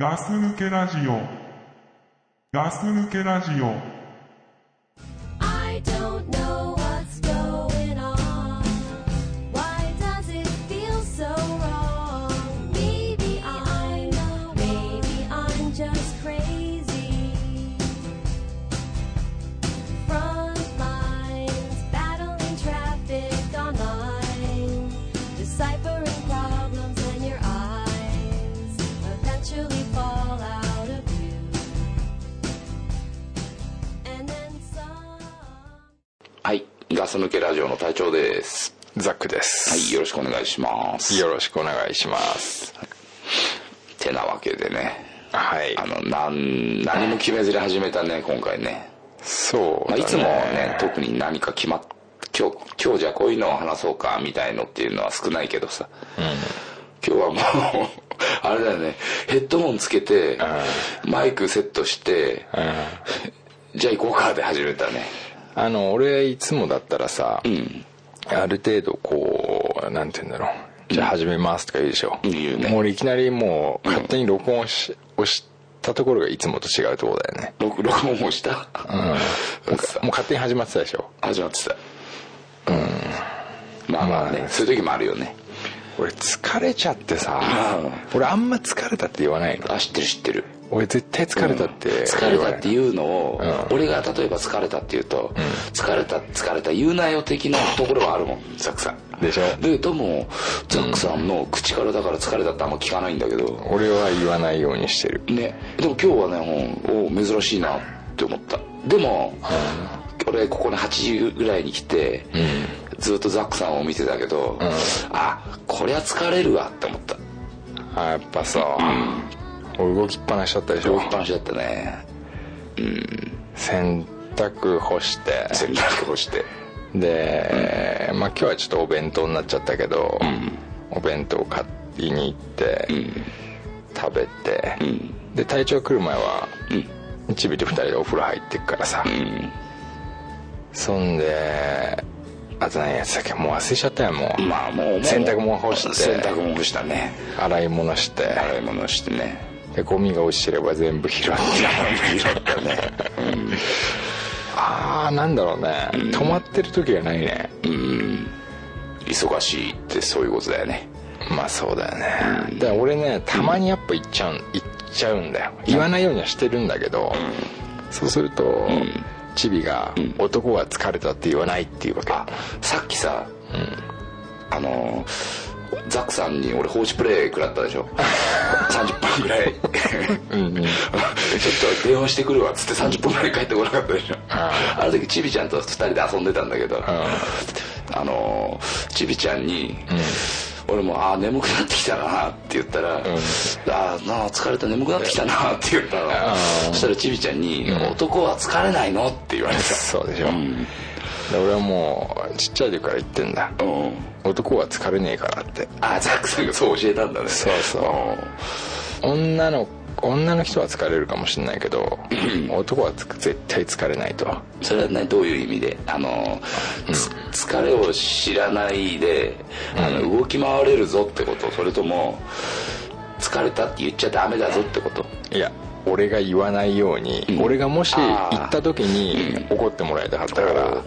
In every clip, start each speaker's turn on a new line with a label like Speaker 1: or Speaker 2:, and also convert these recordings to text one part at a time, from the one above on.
Speaker 1: ガス抜けラジオ。ガス抜けラジオ。
Speaker 2: I don't know what's going on. Why does it feel so wrong? Maybe I know, maybe I'm just crazy. Front lines, battling traffic online, deciphering problems in your eyes, eventually fall out of view. And then some.
Speaker 3: はい、ガス抜けラジオの隊長です。
Speaker 4: ザックです。
Speaker 3: はい、よろしくお願いします。
Speaker 4: よろしくお願いします。
Speaker 3: てなわけでね、
Speaker 4: はい
Speaker 3: あ。の、なん、何も決めずに始めたね、今回ね。
Speaker 4: そう
Speaker 3: まあ、
Speaker 4: だ、ね。
Speaker 3: いつもね、特に何か決まっ、今日、今日じゃあこういうのを話そうか、みたいのっていうのは少ないけどさ。今日はもう、 あれだよね、ヘッドホンつけて、マイクセットして、じゃあ行こうかで始めたね。
Speaker 4: あの、俺、いつもだったらさ、
Speaker 3: ん
Speaker 4: ある程度こう、なんて言うんだろう。じゃあ始めますとか言うでしょ。
Speaker 3: 言うね
Speaker 4: もう俺いきなりもう、勝手に録音をし、押したところがいつもと違うところだよね。
Speaker 3: 録録音をした、なんかさ
Speaker 4: もう勝手に始まってたでしょ。
Speaker 3: 始まってた。うん。まあまあ
Speaker 4: ま
Speaker 3: ね
Speaker 4: あ、
Speaker 3: そういう時もあるよね。
Speaker 4: 俺疲れちゃってさ
Speaker 3: う、
Speaker 4: 俺あんま疲れたって言わないの。
Speaker 3: あ知ってる知ってる
Speaker 4: 俺絶対疲れたって
Speaker 3: うん疲れ
Speaker 4: 言わ
Speaker 3: た
Speaker 4: ない
Speaker 3: っていうのを、
Speaker 4: うん
Speaker 3: 俺が例えば疲れたって言うと、疲れた疲れた言うなよ的なところはあるもんザックさん
Speaker 4: でしょ
Speaker 3: ででもザックさんの口からだから疲れたってあんま聞かないんだけど、
Speaker 4: 俺は言わないようにしてる。
Speaker 3: ねでも今日はね本を珍しいなって思ったでも、俺ここに8時ぐらいに来て、ずっとザックさんを見てたけど、あこりゃ疲れるわって思った
Speaker 4: あやっぱさ、俺動きっぱなしだったでし
Speaker 3: 動
Speaker 4: ょ
Speaker 3: きっぱなしだったね
Speaker 4: 洗濯干して
Speaker 3: 洗濯をして
Speaker 4: で、まあ今日はちょっとお弁当になっちゃったけど、お弁当買いに行って、食べて、で体調来る前は、チビと2人でお風呂入ってくからさ、そんであと何やってたっけもう忘れちゃったよもう、
Speaker 3: まあもう
Speaker 4: 洗濯物干して
Speaker 3: 洗濯物干したね
Speaker 4: 洗い物して
Speaker 3: 洗い物してね
Speaker 4: でゴミが落ちてれば全部拾って
Speaker 3: 拾ったね
Speaker 4: ああなんだろうね、止まってる時がないね、
Speaker 3: 忙しいってそういうことだよね
Speaker 4: まあそうだよね、で俺ねたまにやっぱ行っちゃう行っちゃうんだよ言わないようにはしてるんだけど、そうすると、チビが、男は疲れた」って言わないっていうわけ
Speaker 3: あさっきさ、あのーザックさんに俺放置プレイ食らったで しょ30分ぐらい
Speaker 4: うん うん
Speaker 3: ちょっと電話してくるわっつって30分ぐらい帰ってこなかったでしょあの時チビちゃんと2人で遊んでたんだけど、あのーちびちゃんに、俺も「あー眠くなってきたな」って言ったら「あーなあ疲れた眠くなってきたな」って言ったの、そしたらちびちゃんに、男は疲れないの?」って言われた
Speaker 4: そうでしょ、で俺はもうちっちゃい時から言ってんだ
Speaker 3: うん
Speaker 4: 男は疲れねえからって
Speaker 3: あーザックさんがそう教えたんだね
Speaker 4: そうそ女の女の人は疲れるかもしれないけど、男はつ絶対疲れないと
Speaker 3: うんそれはねどういう意味であのー、つ疲れを知らないであの、動き回れるぞってことそれとも疲れたって言っちゃダメだぞってこと
Speaker 4: いや俺が言わないように、
Speaker 3: ん
Speaker 4: 俺がもし
Speaker 3: あー
Speaker 4: 行った時に怒ってもらいたかったから、
Speaker 3: おう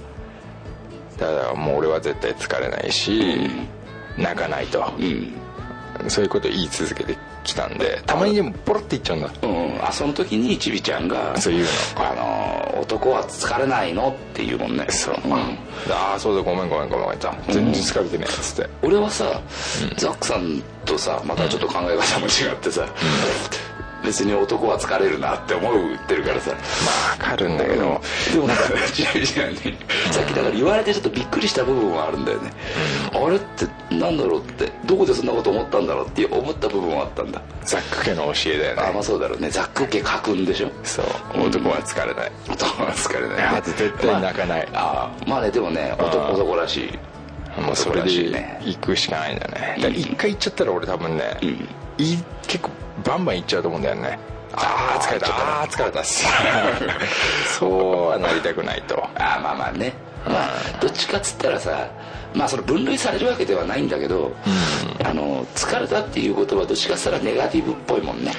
Speaker 4: だからもう俺は絶対疲れないし、泣かないと、
Speaker 3: うん
Speaker 4: そういうことを言い続けてきたんでたまにでもポロって言っちゃうんだ
Speaker 3: うん、あその時にちびちゃんが
Speaker 4: そういうの
Speaker 3: あの男は疲れないのっていうもんねそう、ん、
Speaker 4: でああそうだごめんごめんごめんごめんと全然疲れてねえっつって、
Speaker 3: 俺はさ、ザックさんとさまたちょっと考え方も違ってさ、別に男は疲れるなって思うってるからさ
Speaker 4: わかるんだけど、
Speaker 3: でもなんかちびちゃんにさっきだから言われてちょっとびっくりした部分はあるんだよね、あれってなんだろうってどこでそんなこと思ったんだろうって思った部分はあったんだ
Speaker 4: ザック家の教えだよね
Speaker 3: あまあそうだろうねザック家書くんでしょ
Speaker 4: そう男は疲れない、
Speaker 3: 男は疲 れない
Speaker 4: あと絶対泣かない、
Speaker 3: ああまあねでもね男男らしい
Speaker 4: もうそれ
Speaker 3: 男らしい
Speaker 4: で
Speaker 3: ね
Speaker 4: 行くしかないんだねだから一回行っちゃったら俺多分ね、
Speaker 3: ん
Speaker 4: いい結構バンバン行っちゃうと思うんだよねああ疲れたああー疲れたっす そうはなりたくないと
Speaker 3: ああまあまあねまあどっちかっつったらさまあその分類されるわけではないんだけど、あの疲れたっていうことはどっちかっつったらネガティブっぽいもんね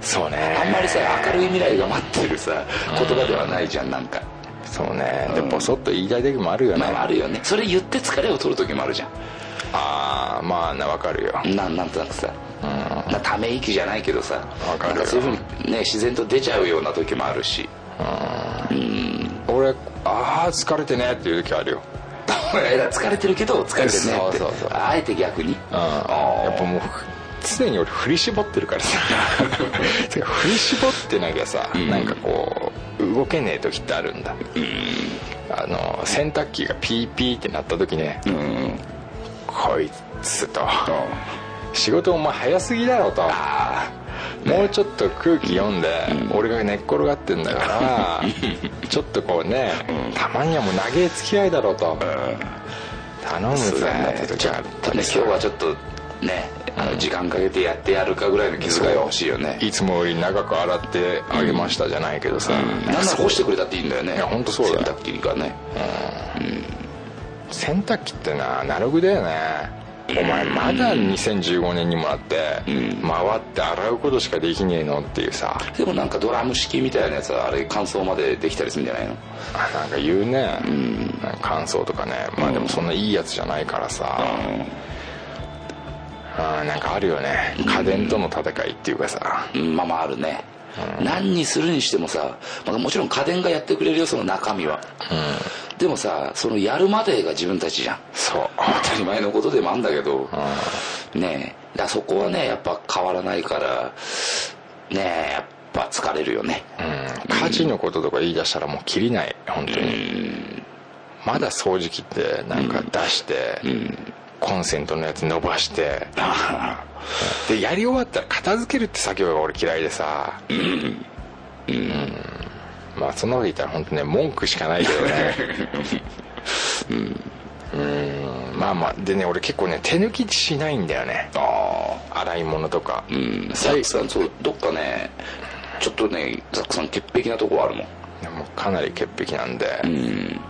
Speaker 4: そうね
Speaker 3: あんまりさ明るい未来が待ってるさ言葉ではないじゃんなんか
Speaker 4: そうねで
Speaker 3: うん
Speaker 4: ボソッと言いたい時もあるよね、
Speaker 3: まああるよねそれ言って疲れを取る時もあるじゃ
Speaker 4: ああまあなわかるよ
Speaker 3: んなんなんとなくさ
Speaker 4: うん
Speaker 3: なため息じゃないけどさ
Speaker 4: わかるよ
Speaker 3: なんかそういうふうにね自然と出ちゃうような時もあるし
Speaker 4: 俺ああ疲れてねっていう時あるよ
Speaker 3: えらい疲れてるけど疲れてるねって
Speaker 4: そうそうそう
Speaker 3: あえて逆に
Speaker 4: うんやっぱもう常に俺振り絞ってるか らさてか振り絞ってなきゃさ、なんかこう動けねえ時ってあるんだ、あの洗濯機がピーピーってなった時ね、
Speaker 3: うん
Speaker 4: こいつと仕事お前早すぎだろともうちょっと空気読んで、俺が寝っ転がってんだからちょっとこうね、たまにはもう長え付き合いだろうと、頼む
Speaker 3: そう
Speaker 4: ぜ
Speaker 3: だね
Speaker 4: って時あっ
Speaker 3: ね
Speaker 4: たり
Speaker 3: 今
Speaker 4: さ
Speaker 3: 日はちょっとねあの時間かけてやってやるかぐらいの気遣いは欲しいよね
Speaker 4: いつもより長く洗ってあげましたじゃないけどさ、
Speaker 3: なんなら干してくれたっていいんだよね
Speaker 4: いや本当そうだよ
Speaker 3: 洗濯機がね
Speaker 4: 洗濯機ってなアナログだよねお前まだ2015年にもなって回って洗うことしかできねえのっていうさ
Speaker 3: でもなんかドラム式みたいなやつはあれ乾燥までできたりするんじゃないの
Speaker 4: あなんか言うね、なんか感想とかねまあでもそんないいやつじゃないからさ、あーなんかあるよね家電との戦いっていうかさ、
Speaker 3: うんまあまああるね何にするにしてもさ、まあ、もちろん家電がやってくれるよその中身は、でもさそのやるまでが自分たちじゃん
Speaker 4: そう
Speaker 3: 当たり前のことでもあんだけど、ねえだそこはねやっぱ変わらないからねえやっぱ疲れるよね、
Speaker 4: うん家事のこととか言い出したらもう切りない本当にまだ掃除機ってなんか出してコンセントのやつ伸ば してでやり終わったら片付けるって作業が俺嫌いでさうんまあそんなこと言ったら本当ね文句しかないけど ねうんまあまあでね俺結構ね手抜きしないんだよね
Speaker 3: あ
Speaker 4: 洗い物とか
Speaker 3: うん
Speaker 4: さ
Speaker 3: ザックさんそうどっかねちょっとねザックさん潔癖なとこあるもん
Speaker 4: もうかなり潔癖なんで、
Speaker 3: うん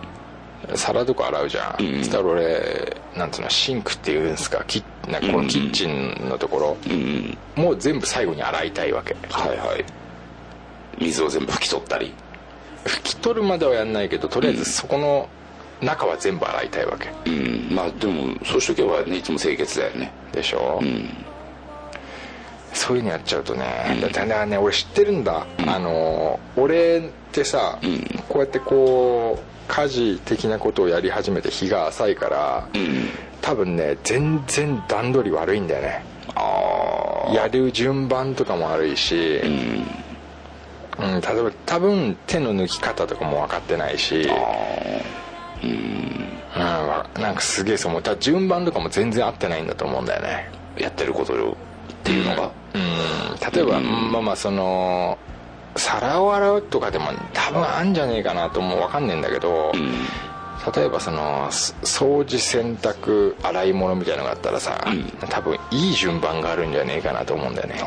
Speaker 4: 皿とか洗うじゃん、そしたら俺なんつうのシンクっていうんですかキッなんかこのキッチンのところ、
Speaker 3: うん
Speaker 4: もう全部最後に洗いたいわけ
Speaker 3: はいはい水を全部拭き取ったり
Speaker 4: 拭き取るまではやんないけどとりあえずそこの中は全部洗いたいわけ
Speaker 3: うんまあでもそうしとけばねいつも清潔だよね
Speaker 4: でしょ、
Speaker 3: うん
Speaker 4: そういうのやっちゃうとね、だだからね俺知ってるんだ、あの俺ってさ、こうやってこう家事的なことをやり始めて日が浅いから、多分ね全然段取り悪いんだよね
Speaker 3: あ
Speaker 4: やる順番とかも悪いし、うん例えば多分手の抜き方とかも分かってないし、うん、わなんかすげえそう思うだから順番とかも全然合ってないんだと思うんだよね
Speaker 3: あやってることをっていうのが
Speaker 4: うん例えば、まあまあその皿を洗うとかでも多分あんじゃねえかなともう分かんねえんだけど、例えばそのす掃除洗濯洗い物みたいのがあったらさ、多分いい順番があるんじゃねえかなと思うんだよね
Speaker 3: あ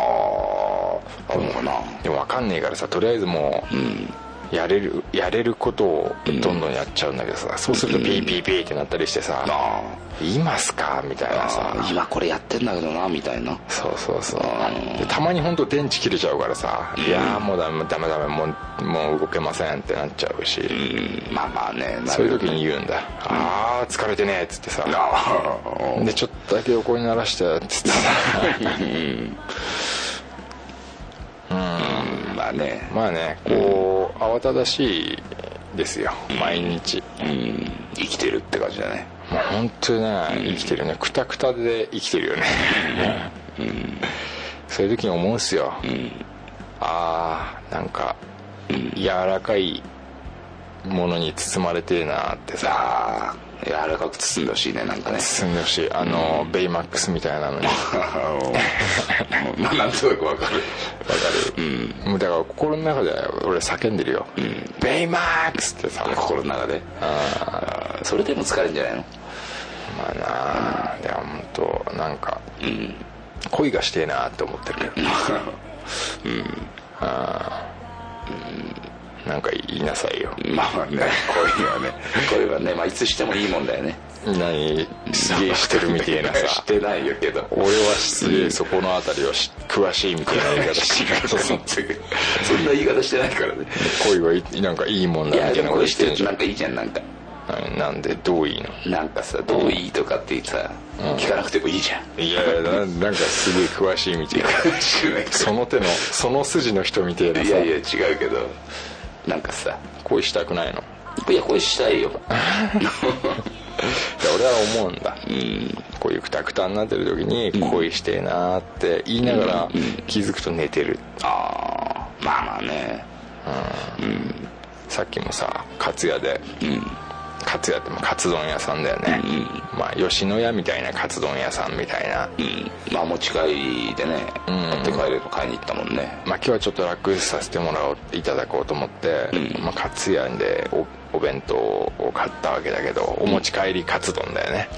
Speaker 3: ああるのかな
Speaker 4: でも分かんねえからさとりあえずも
Speaker 3: うん
Speaker 4: うやれるやれることをどんどんやっちゃうんだけどさ、そうするとピーピーピーってなったりしてさ
Speaker 3: ああ
Speaker 4: 「今っすか?」みたいなさ
Speaker 3: あー今これやってんだけどなみたいな
Speaker 4: そうそうそう
Speaker 3: うん
Speaker 4: でたまに本当電池切れちゃうからさ「いやーもうダメダメダメもうもう動けません」ってなっちゃうし、
Speaker 3: うんまあまあね
Speaker 4: そういう時に言うんだ「ああ疲れてね」っつってさ
Speaker 3: ああ
Speaker 4: でちょっとだけ横にならしてっつ ってさ
Speaker 3: うん まあね
Speaker 4: まあねこう慌ただしいですよ毎日
Speaker 3: うん生きてるって感じだね
Speaker 4: まあ本当にね生きてるねクタクタで生きてるよねそういう時に思うんすよ、ああなんか柔らかいものに包まれてえなってさ
Speaker 3: ああ柔らかく包んでほしいねなんかね
Speaker 4: 包んでほしいあの、ベイマックスみたい なのに
Speaker 3: まあなんとなくわかる
Speaker 4: もうだから心の中で俺叫んでるよ、ベイマックスってさ
Speaker 3: 心の中であーそれでも疲れるんじゃない の
Speaker 4: まあなあでも本当なんか、恋がしてえなって思ってるけどうんなんか言いなさいよ
Speaker 3: まあまあね恋はね恋はねまあいつしてもいいもんだよね
Speaker 4: 何すげえしてるみたいな
Speaker 3: し
Speaker 4: さ
Speaker 3: てないよけど
Speaker 4: 俺はすげえそこの辺りはし詳しいみたいな言い方してるそう
Speaker 3: そんな言い方してないからね
Speaker 4: 恋はいいなんかいいもん
Speaker 3: い
Speaker 4: だ
Speaker 3: や
Speaker 4: みた
Speaker 3: で
Speaker 4: いな
Speaker 3: もこ
Speaker 4: こ
Speaker 3: とれ
Speaker 4: し
Speaker 3: してて
Speaker 4: る
Speaker 3: ると
Speaker 4: じゃ
Speaker 3: なん
Speaker 4: ん
Speaker 3: かいいじゃんなんか
Speaker 4: ななんでどういいの
Speaker 3: なんかさどういいとかってさ、聞かなくてもいいじゃん
Speaker 4: いやななんかすげえ詳しいみたいな
Speaker 3: しくないけど
Speaker 4: その手のその筋の人みたいないさ
Speaker 3: やいや違うけどなんかさ
Speaker 4: 恋したくないのい
Speaker 3: いやこれしたいよ
Speaker 4: や俺は思うんだ、こういうくたくたになってる時に恋してえなーって言いながら気づくと寝てる、
Speaker 3: ああまあまあね
Speaker 4: さっきもさカツ屋で、カツ屋ってまあカツ丼屋さんだよね、まあ吉野家みたいなカツ丼屋さんみたいな、
Speaker 3: うんまあ持ち帰りでね買って帰れば買いに行ったもんね
Speaker 4: まあ、今日はちょっと楽させてもらおういただこうと思って、まあ、カツ屋でおお弁当を買ったわけだけどお持ち帰りカツ丼だよね、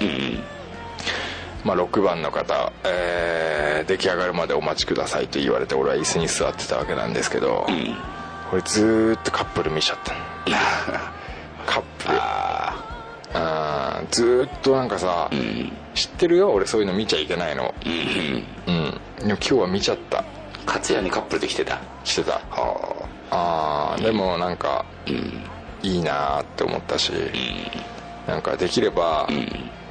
Speaker 4: まあ、6番の方、えー出来上がるまでお待ちくださいと言われて俺は椅子に座ってたわけなんですけど、これずーっとカップル見ちゃったの カップルあーずーっとなんかさ、知ってるよ俺そういうの見ちゃいけないの
Speaker 3: うんうん
Speaker 4: うんでも今日は見ちゃった
Speaker 3: 勝也にカップルで来てた
Speaker 4: してたああーでもなんか、いいなーって思ったし、なんかできれば、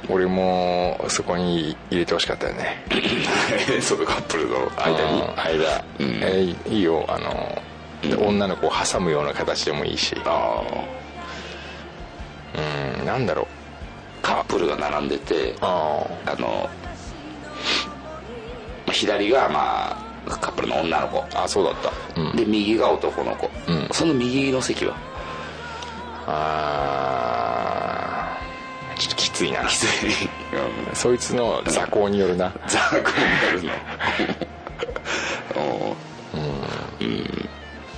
Speaker 4: 俺もそこに入れてほしかったよね
Speaker 3: そのカップルの
Speaker 4: 間
Speaker 3: 間
Speaker 4: に
Speaker 3: に
Speaker 4: 間、えーいいよあの、女の子を挟むような形でもいいし
Speaker 3: あ
Speaker 4: うんなんだろう
Speaker 3: ーカップルが並んでて
Speaker 4: ああ
Speaker 3: あの、まあ左がまあカップルの女の子
Speaker 4: あそうだった、うん、
Speaker 3: で右が男の子、
Speaker 4: うん
Speaker 3: その右の席は
Speaker 4: あーちょっときついな
Speaker 3: うん
Speaker 4: そいつの雑行によるな
Speaker 3: ザークになるの おーうん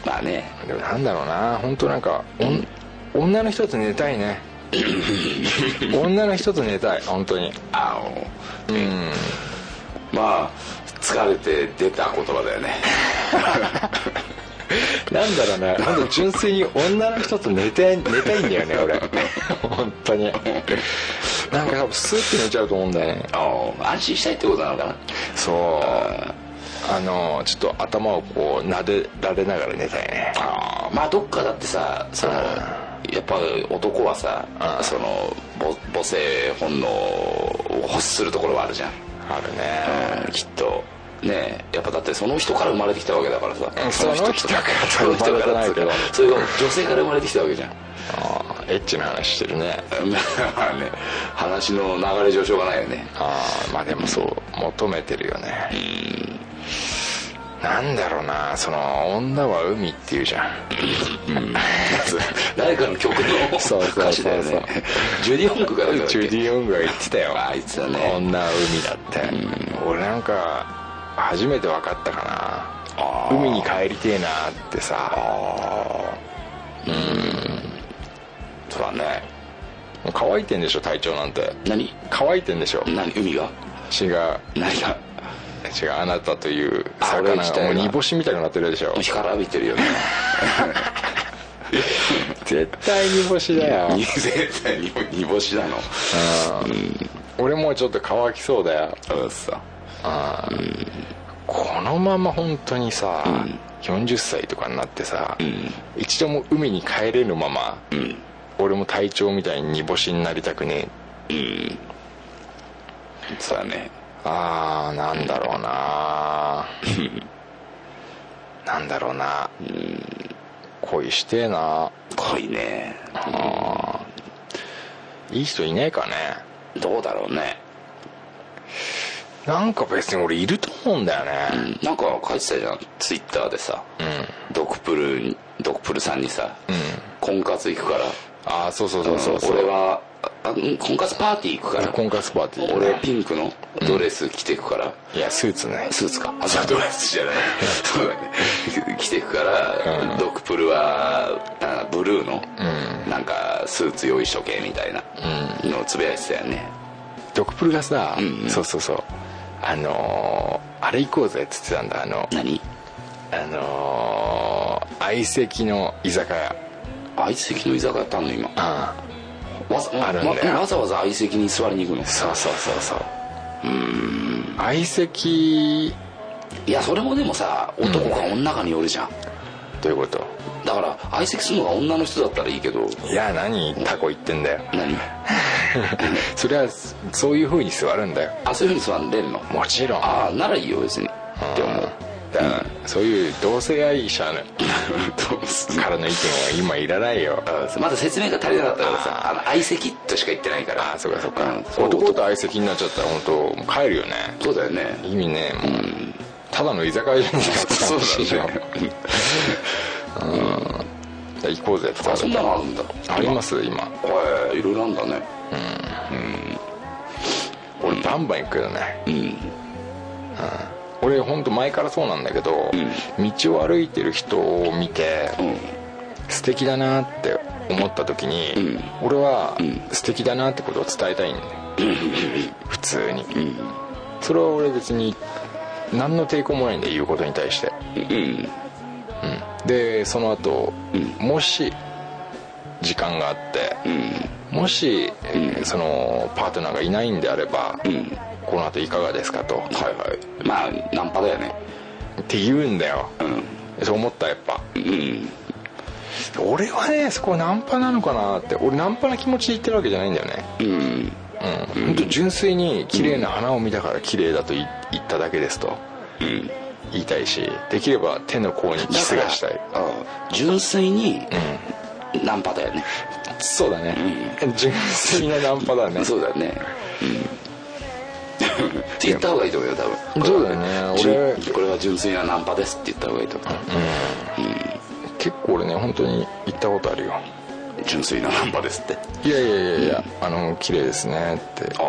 Speaker 3: まあね
Speaker 4: でもなんだろうな本当なんか、おん女の人と寝たい ね女の人と寝たい本当に
Speaker 3: あの、まあ疲れて出た言葉だよ ね
Speaker 4: なんだろうね本当純粋に女の人と寝て寝たいんだよね俺 本当になんか多分スーって寝ちゃうと思うんだよね
Speaker 3: あの安心したいってことなのかな
Speaker 4: そうあのちょっと頭をこう撫でられながら寝たいね
Speaker 3: あーまあどっかだってさそのやっぱ男はさ
Speaker 4: うん
Speaker 3: そのぼ母性本能を欲するところはあるじゃん、
Speaker 4: あるね
Speaker 3: うんきっとねえやっぱだってその人から生まれてきたわけだからさ、
Speaker 4: うんその人から
Speaker 3: その人からっつう
Speaker 4: 生まれて
Speaker 3: か
Speaker 4: ないけど
Speaker 3: それが女性から生まれてきたわけじゃん
Speaker 4: あーエッチな話してるね
Speaker 3: まあね話の流れ上昇がないよね
Speaker 4: ああまあでもそう求めてるよねなんだろうなその女は海っていうじゃん
Speaker 3: 誰かの曲の
Speaker 4: そうそうそうそう
Speaker 3: 歌詞だよねジュディ・ホンクがだから
Speaker 4: ジュディ・オングが言ってたよ
Speaker 3: あいつだね
Speaker 4: 女は海だって、俺なんか初めて分かったか
Speaker 3: あ
Speaker 4: な海に帰りてえなってさ
Speaker 3: そうだね
Speaker 4: もう乾いてんでしょ体調なんて
Speaker 3: 何
Speaker 4: 乾いてんでしょ
Speaker 3: 何海が
Speaker 4: 違う
Speaker 3: 何が
Speaker 4: 違うあなたという
Speaker 3: あ俺
Speaker 4: 魚
Speaker 3: 自体
Speaker 4: が
Speaker 3: が
Speaker 4: もう煮干しみたいになってるでしょ
Speaker 3: 干からびてるよね
Speaker 4: 絶対煮干しだよ
Speaker 3: 絶対に煮干しなの
Speaker 4: 俺もうちょっと乾きそうだよ
Speaker 3: そうさ
Speaker 4: このまま本当にさ、40歳とかになってさ、一度も海に帰れぬまま、俺も隊長みたいに煮干しになりたくねえ
Speaker 3: そうだね
Speaker 4: あーなんだろうな なんだろうな、恋してえな
Speaker 3: 濃いね
Speaker 4: いい人いねえかね
Speaker 3: どうだろうね
Speaker 4: なんか別に俺いると思うんだよね、
Speaker 3: なんか書いてたじゃんツイッターでさ、ドクプルにドクプルさんにさ、婚活行くから
Speaker 4: ああそうそうそうそうそう
Speaker 3: 俺はああ婚活パーティー行くから
Speaker 4: 婚活パーティー
Speaker 3: 俺はピンクのドレス着てくから、
Speaker 4: いやスーツね
Speaker 3: スーツかあじゃあドレスじゃないそうだね着てくから、ドクプルはあブルーの、なんかスーツ用意しとけみたいなのをつぶやいてたよね
Speaker 4: ドクプルがさ、そうそうそうあのーあれ行こうぜっつってたんだあの
Speaker 3: 何
Speaker 4: あのー相席の居酒屋
Speaker 3: 相席の居酒屋やったの今
Speaker 4: あ
Speaker 3: わざ
Speaker 4: あるんだよ
Speaker 3: わわざわざ相席に座りに行くの
Speaker 4: そうそうそうそううん相席
Speaker 3: いやそれもでもさ男か女かによるじゃん、
Speaker 4: どういうこと
Speaker 3: だから相席するのが女の人だったらいいけど
Speaker 4: いや何タコ言ってんだよ
Speaker 3: 何
Speaker 4: それはそういう風に座るんだよ
Speaker 3: あそういうふうに座んでんの
Speaker 4: もちろん
Speaker 3: ああならいいよ別にって思う
Speaker 4: だからそういう同性愛者の
Speaker 3: どうすんの
Speaker 4: からの意見は今いらないよ
Speaker 3: まだ説明が足りなかったからさあの相席としか言ってないから
Speaker 4: あそうかそう
Speaker 3: うん
Speaker 4: か
Speaker 3: そう
Speaker 4: 男と相席になっちゃったら本当帰るよね
Speaker 3: そうだよね
Speaker 4: 意味ねもうただの居酒屋じゃねえ
Speaker 3: そうだ
Speaker 4: か
Speaker 3: ね
Speaker 4: って行こうぜとか
Speaker 3: あそんなのあるんだ
Speaker 4: あります今
Speaker 3: へえいろいろあんだね
Speaker 4: 俺バンバン行くよね
Speaker 3: うん
Speaker 4: 俺本当前からそうなんだけど、道を歩いてる人を見て、
Speaker 3: うん
Speaker 4: 素敵だなって思った時に、
Speaker 3: ん
Speaker 4: 俺は素敵だなってことを伝えたいんだよ、普通に、それは俺別に何の抵抗もないんで言うことに対して
Speaker 3: うん
Speaker 4: でその後、もし時間があって、もし、えーそのパートナーがいないんであれば、
Speaker 3: ん
Speaker 4: この後いかがですかと、
Speaker 3: はいはいまあナンパだよね
Speaker 4: って言うんだよ
Speaker 3: うん
Speaker 4: そう思ったやっぱ
Speaker 3: うん
Speaker 4: 俺はねそこナンパなのかなって俺ナンパな気持ちで言ってるわけじゃないんだよね
Speaker 3: うん
Speaker 4: うん本当純粋に綺麗な花を見たから綺麗だと言言っただけですと
Speaker 3: うん
Speaker 4: 言いたいしできれば手の甲にキスがしたい
Speaker 3: だからうん純粋にナンパだよね
Speaker 4: そうだね、純粋なナンパだね
Speaker 3: そうだよねうんって言った方がいいと思うよ多分
Speaker 4: そうだよね
Speaker 3: 純
Speaker 4: 俺
Speaker 3: これは純粋なナンパですって言った方がいいと思う、
Speaker 4: 結構俺ね本当に行ったことあるよ
Speaker 3: 純粋なナンパですって
Speaker 4: いやいやいやいや、あの綺麗ですねって
Speaker 3: あ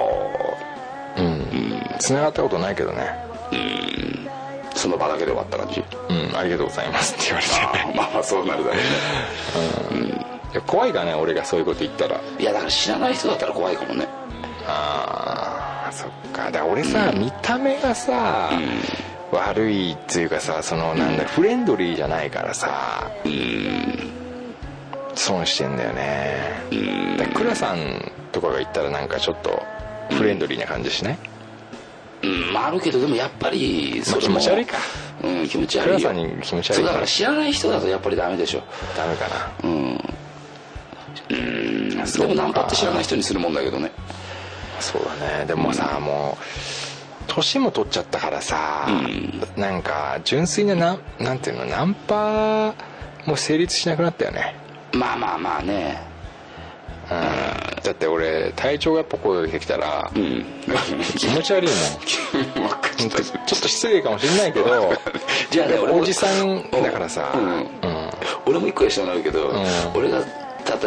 Speaker 4: 繋がったことないけどね
Speaker 3: あその場だけで終わった感じ
Speaker 4: うんありがとうございますって言われて
Speaker 3: ああまあまあそうなるだろうね
Speaker 4: いや怖いかね俺がそういうこと言ったら
Speaker 3: いやだから知らない人だったら怖いかもね
Speaker 4: あーそっかだから俺さ、見た目がさ、悪いっていうかさそのなんだ、フレンドリーじゃないからさ、損してんだよね、だから倉さんとかが言ったらなんかちょっとフレンドリーな感じしない、
Speaker 3: うんまああるけどでもやっぱりそれも
Speaker 4: 気持ち悪いか
Speaker 3: うん気持ち悪いよ
Speaker 4: 倉さんに気持ち悪
Speaker 3: そ
Speaker 4: いう
Speaker 3: だ
Speaker 4: か
Speaker 3: からら知らない人だとやっぱりダメでしょ
Speaker 4: ダメかな、
Speaker 3: でもナンパって知らない人にするもんだけどね
Speaker 4: そうだねでもさ、もう年も取っちゃったからさ、なんか純粋なななんていうのナンパも成立しなくなったよね
Speaker 3: まあまあまあね
Speaker 4: だって俺体調がやっぱこう出てきたら、
Speaker 3: うん
Speaker 4: 気持ち悪いもん
Speaker 3: 分かっ
Speaker 4: ほんと
Speaker 3: た
Speaker 4: ちょっと失礼かもしれないけど
Speaker 3: じゃあね俺も
Speaker 4: おじさんだからさ、
Speaker 3: う
Speaker 4: うんん
Speaker 3: 俺も一個やしたなるけど、
Speaker 4: ん
Speaker 3: 俺が例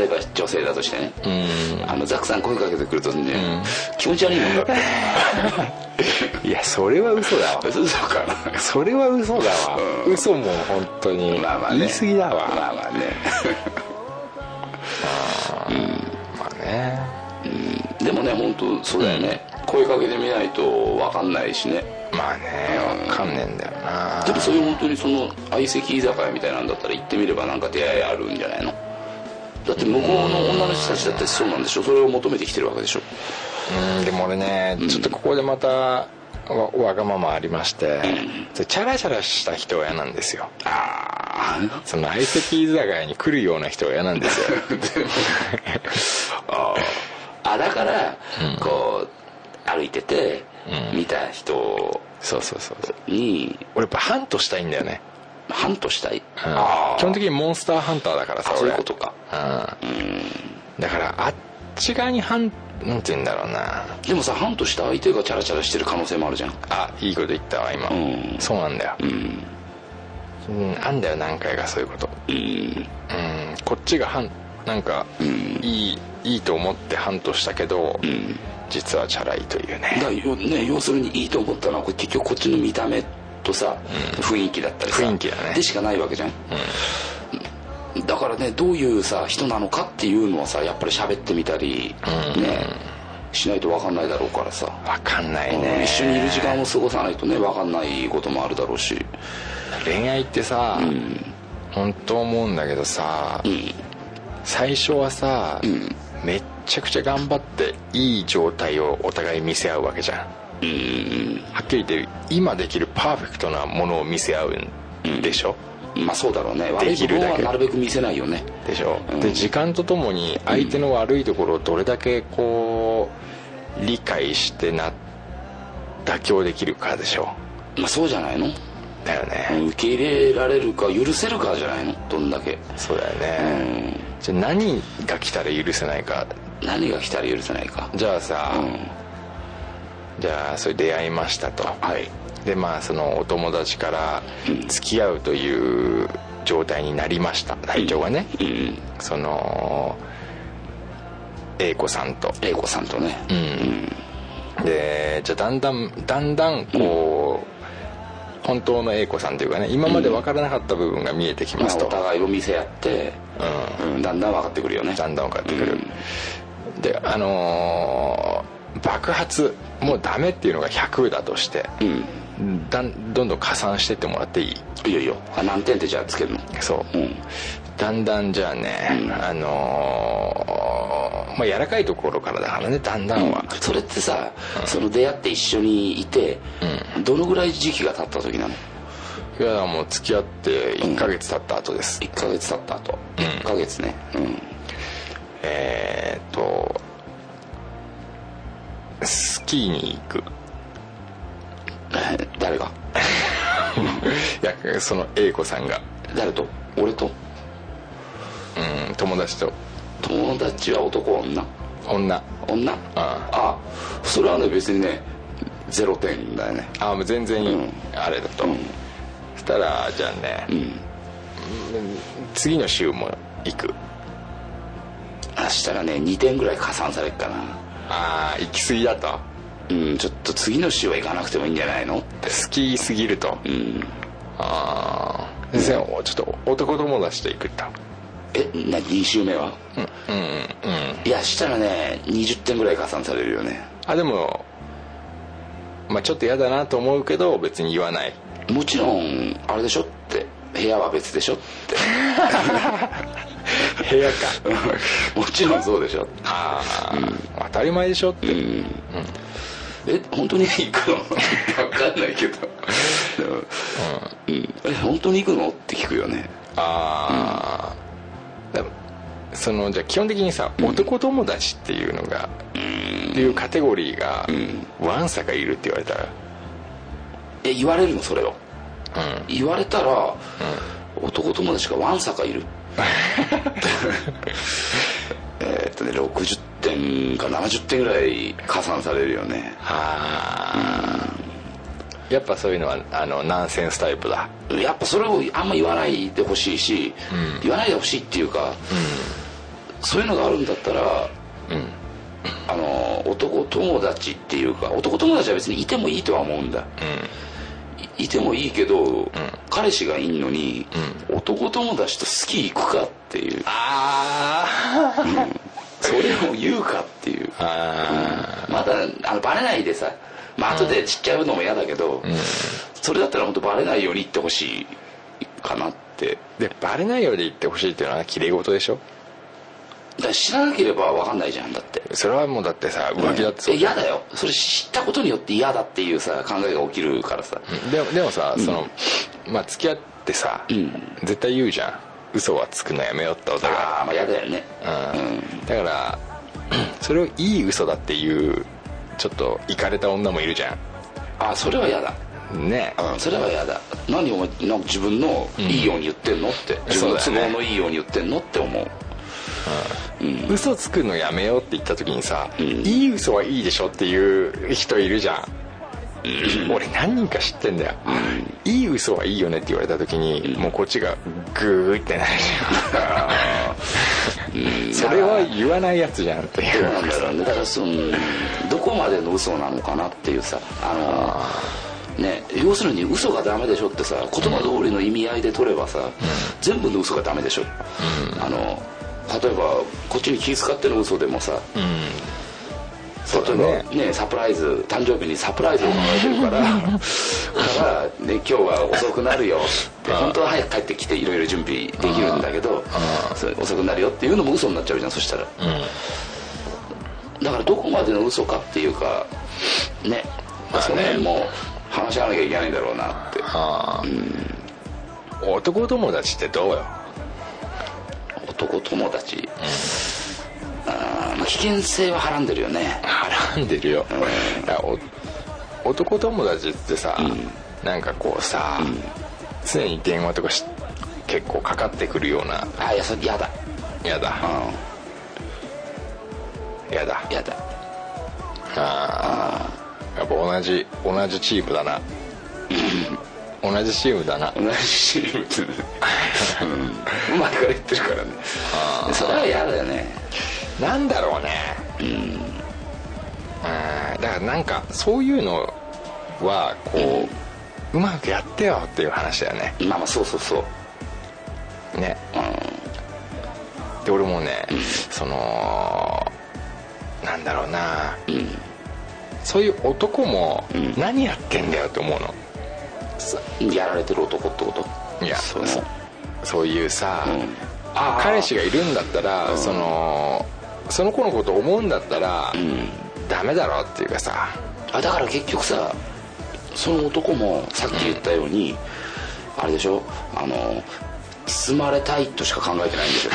Speaker 3: えば女性だとしてね、あのザクさん声かけてくるとね、気持ち悪いもんだって
Speaker 4: いやそれは嘘だわ
Speaker 3: そうかな
Speaker 4: それは嘘だわ、嘘も本当に、
Speaker 3: まあまあね
Speaker 4: 言い過ぎだわ
Speaker 3: まあまあね
Speaker 4: まあね
Speaker 3: でもね本当そうだよね、声かけてみないと分かんないしね
Speaker 4: まあねわかんねえんだよな
Speaker 3: でもそういう本当にその相席居酒屋みたいなんだったら行ってみればなんか出会いあるんじゃないのだって向こうの女の人たちだってそうなんでしょそれを求めてきてるわけでしょ
Speaker 4: うんでも俺ねちょっとここでまたわわがままありまして、それチャラチャラした人は嫌なんですよ
Speaker 3: あー
Speaker 4: その相席居酒屋に来るような人は嫌なんです よ
Speaker 3: ああだからこう歩いてて見た人
Speaker 4: そうそうそうそう
Speaker 3: に
Speaker 4: 俺やっぱハントしたいんだよね、
Speaker 3: ハントしたい
Speaker 4: うん
Speaker 3: あ
Speaker 4: 基本的にモンスターハンターだからさ
Speaker 3: あ
Speaker 4: 俺
Speaker 3: そういうことか
Speaker 4: うんだからあっち側にハンなんて言うんだろうな
Speaker 3: でもさハントした相手がチャラチャラしてる可能性もあるじゃん
Speaker 4: あいいこと言ったわ今、
Speaker 3: うん
Speaker 4: そうなんだよ
Speaker 3: うん
Speaker 4: うん、あんだよ何回かそういうこと
Speaker 3: うん
Speaker 4: うんこっちがハンなんか、いいいいと思ってハントしたけど、
Speaker 3: ん
Speaker 4: 実はチャラいという
Speaker 3: だ
Speaker 4: ね
Speaker 3: からよね要するにいいと思ったのはこれ結局こっちの見た目とさ、雰囲気だったりさ
Speaker 4: 雰囲気だね
Speaker 3: でしかないわけじゃん、だからねどういうさ人なのかっていうのはさやっぱり喋ってみたり、ねしないと分かんないだろうからさ、
Speaker 4: わかんない
Speaker 3: うん
Speaker 4: ね
Speaker 3: 一緒にいる時間を過ごさないとね分かんないこともあるだろうし
Speaker 4: 恋愛ってさ、本当思うんだけどさ、
Speaker 3: うん
Speaker 4: 最初はさ、めっちゃくちゃ頑張っていい状態をお互い見せ合うわけじゃんはっきり言って今できるパーフェクトなものを見せ合うんでしょ、
Speaker 3: まあそうだろうね悪
Speaker 4: で
Speaker 3: い
Speaker 4: き
Speaker 3: 部
Speaker 4: る
Speaker 3: 分
Speaker 4: だけ
Speaker 3: はなるべく見せないよね
Speaker 4: でしょ、
Speaker 3: うん
Speaker 4: で時間とともに相手の悪いところをどれだけこう理解してな妥協できるかでしょ
Speaker 3: まあそうじゃないの
Speaker 4: だよね、
Speaker 3: 受け入れられるか許せるかじゃないのどんだけ
Speaker 4: そうだよ
Speaker 3: う
Speaker 4: ね、
Speaker 3: ん
Speaker 4: じゃあ何が来たら許せないか
Speaker 3: 何が来たら許せないか
Speaker 4: じゃあさ、
Speaker 3: うん
Speaker 4: じゃあそれ出会いましたと
Speaker 3: はい
Speaker 4: でまあそのお友達から付き合うという状態になりました体調がね、
Speaker 3: うん
Speaker 4: その A 子さんと
Speaker 3: 英子さんとね
Speaker 4: でじゃあだんだんだんだんこう、本当の A 子さんというかね今まで分からなかった部分が見えてき
Speaker 3: ま
Speaker 4: ま
Speaker 3: あ
Speaker 4: す
Speaker 3: お
Speaker 4: と、
Speaker 3: 互いを見せ合ってうんだんだん分かってくるよね
Speaker 4: だんだん分かってくる、であのー爆発もうダメっていうのが100だとして、
Speaker 3: うん
Speaker 4: だんどんどん加算してってもらっていい
Speaker 3: いいよいいよあ何点ってじゃあつけるの
Speaker 4: そう、
Speaker 3: うん
Speaker 4: だんだんじゃあね、あのーまあ柔らかいところからだからねだんだんは、
Speaker 3: それってさ、その出会って一緒にいて、どのぐらい時期が経った時なの
Speaker 4: いやもう付き合って1ヶ月経った後です、
Speaker 3: 1ヶ月経った後、1ヶ月ねうん
Speaker 4: えーっとスキーに行く
Speaker 3: 誰が
Speaker 4: いやその A 子さんが、
Speaker 3: 誰と俺と
Speaker 4: うん、友達と
Speaker 3: 友達は男女
Speaker 4: 女
Speaker 3: 女ああそれはね別にね0点だよね
Speaker 4: あもう全然いい、
Speaker 3: うん
Speaker 4: あれだと、
Speaker 3: うん
Speaker 4: そしたらじゃあね、
Speaker 3: ん
Speaker 4: 次の週も行く
Speaker 3: あしたらね2点ぐらい加算されるかな
Speaker 4: ああ行き過ぎだと
Speaker 3: うんちょっと次の週は行かなくてもいいんじゃないの
Speaker 4: 好きすぎると、
Speaker 3: うん
Speaker 4: ああ先生ちょっと男友達と行くと
Speaker 3: えな2週目は
Speaker 4: うんうんう
Speaker 3: い
Speaker 4: ん
Speaker 3: やしたらね20点ぐらい加算されるよね
Speaker 4: あでもまあちょっと嫌だなと思うけど別に言わない
Speaker 3: もちろんあれでしょって部屋は別でしょって
Speaker 4: 部屋か
Speaker 3: もちろんそうでしょ
Speaker 4: ああ、当たり前でしょって、
Speaker 3: え本当に行くの わかんないけどうん、え本当に行くのって聞くよね
Speaker 4: ああ、だそのじゃあ基本的にさ、男友達っていうのが、っていうカテゴリーが、わんさかいるって言われたら
Speaker 3: え言われるのそれを
Speaker 4: うん
Speaker 3: 言われたら、男友達がわんさかい るえーっとね60点か70点ぐらい加算されるよね
Speaker 4: ああやっぱそういうのはあのナンセンスタイプだ
Speaker 3: やっぱそれをあんま言わないでほしいし、言わないでほしいっていうか、そういうのがあるんだったら、あの男友達っていうか男友達は別にいてもいいとは思うんだ、いいてもいいけど、彼氏がいんのに、男友達とスキー行くかっていう
Speaker 4: ああ
Speaker 3: それを言うかっていう
Speaker 4: あ
Speaker 3: まだあのバレないでさ、まあ後で知っちゃうのも嫌だけど、それだったら本当バレないように言ってほしいかなって
Speaker 4: ーでバレないようで言ってほしいっていうのはきれい事でしょ
Speaker 3: だから知らなければ分かんないじゃんだって
Speaker 4: それはもうだってさ浮気だってそう
Speaker 3: え嫌だよそれ知ったことによって嫌だっていうさ考えが起きるからさ、
Speaker 4: でもでもさ、そのまあ付き合ってさ、絶対言うじゃん嘘はつくのやめようってお互い
Speaker 3: ああまあ嫌だよね
Speaker 4: うんだから それをいい嘘だっていうちょっといかれた女もいるじゃ
Speaker 3: ああそれは嫌だ
Speaker 4: んね
Speaker 3: うんそれは嫌だ何お前なんか自分のいいように言ってんのって、自分の
Speaker 4: そ
Speaker 3: 都
Speaker 4: うだ
Speaker 3: 合
Speaker 4: よね
Speaker 3: のいいように言ってんのって思う
Speaker 4: 嘘つくのやめようって言った時にさ、いい嘘はいいでしょっていう人いるじゃん俺何人か知ってんだよ、いい嘘はいいよねって言われた時に、もうこっちがグーってなるじゃん それは言わないやつじゃんってい
Speaker 3: どう
Speaker 4: う
Speaker 3: なんだろうねだからそのどこまでの嘘なのかなっていうさあのね要するに嘘がダメでしょってさ言葉通りの意味合いで取ればさ、全部の嘘がダメでしょ、あの例えばこっちに気遣っての嘘でもさ、
Speaker 4: そうだ
Speaker 3: 例え
Speaker 4: ね
Speaker 3: ばねサプライズ誕生日にサプライズを考えてる からから、ね、今日は遅くなるよって本当は早く帰ってきていろいろ準備できるんだけどそれ遅くなるよっていうのも嘘になっちゃうじゃんそしたら、だからどこまでの嘘かっていうかね
Speaker 4: まあね
Speaker 3: その辺も話し合わなきゃいけないんだろうなって
Speaker 4: ああ、男友達ってどうよ
Speaker 3: 男友達、あーまあ、危険性ははらんでるよね
Speaker 4: はらんでるよ、
Speaker 3: うん
Speaker 4: いやお男友達ってさ、なんかこうさ、常に電話とかし結構かかってくるような
Speaker 3: あいやそれ嫌だ
Speaker 4: や
Speaker 3: う
Speaker 4: だ
Speaker 3: ん
Speaker 4: やだ
Speaker 3: 嫌だ
Speaker 4: ああやっぱ同じ同じチームだな同じチームだな
Speaker 3: 同じチームってね、うん、前から言ってるからねそれは嫌だよね
Speaker 4: なんだろうねうんだからなんかそういうのはこう、うまくやってよっていう話だよね
Speaker 3: まあまあそうそうそう
Speaker 4: ね
Speaker 3: う
Speaker 4: で俺もね、そのなんだろうな、
Speaker 3: んうん
Speaker 4: そういう男も
Speaker 3: ん
Speaker 4: 何やってんだよって思うの
Speaker 3: やられてる男ってこと
Speaker 4: いや
Speaker 3: その
Speaker 4: そそういうさ、
Speaker 3: うんあー
Speaker 4: 彼氏がいるんだったら、そのその子のこと思うんだったら、
Speaker 3: ん
Speaker 4: ダメだろっていうかさ
Speaker 3: あだから結局さその男もさっき言ったように、あれでしょあの包まれたいとしか考えてないんで しょ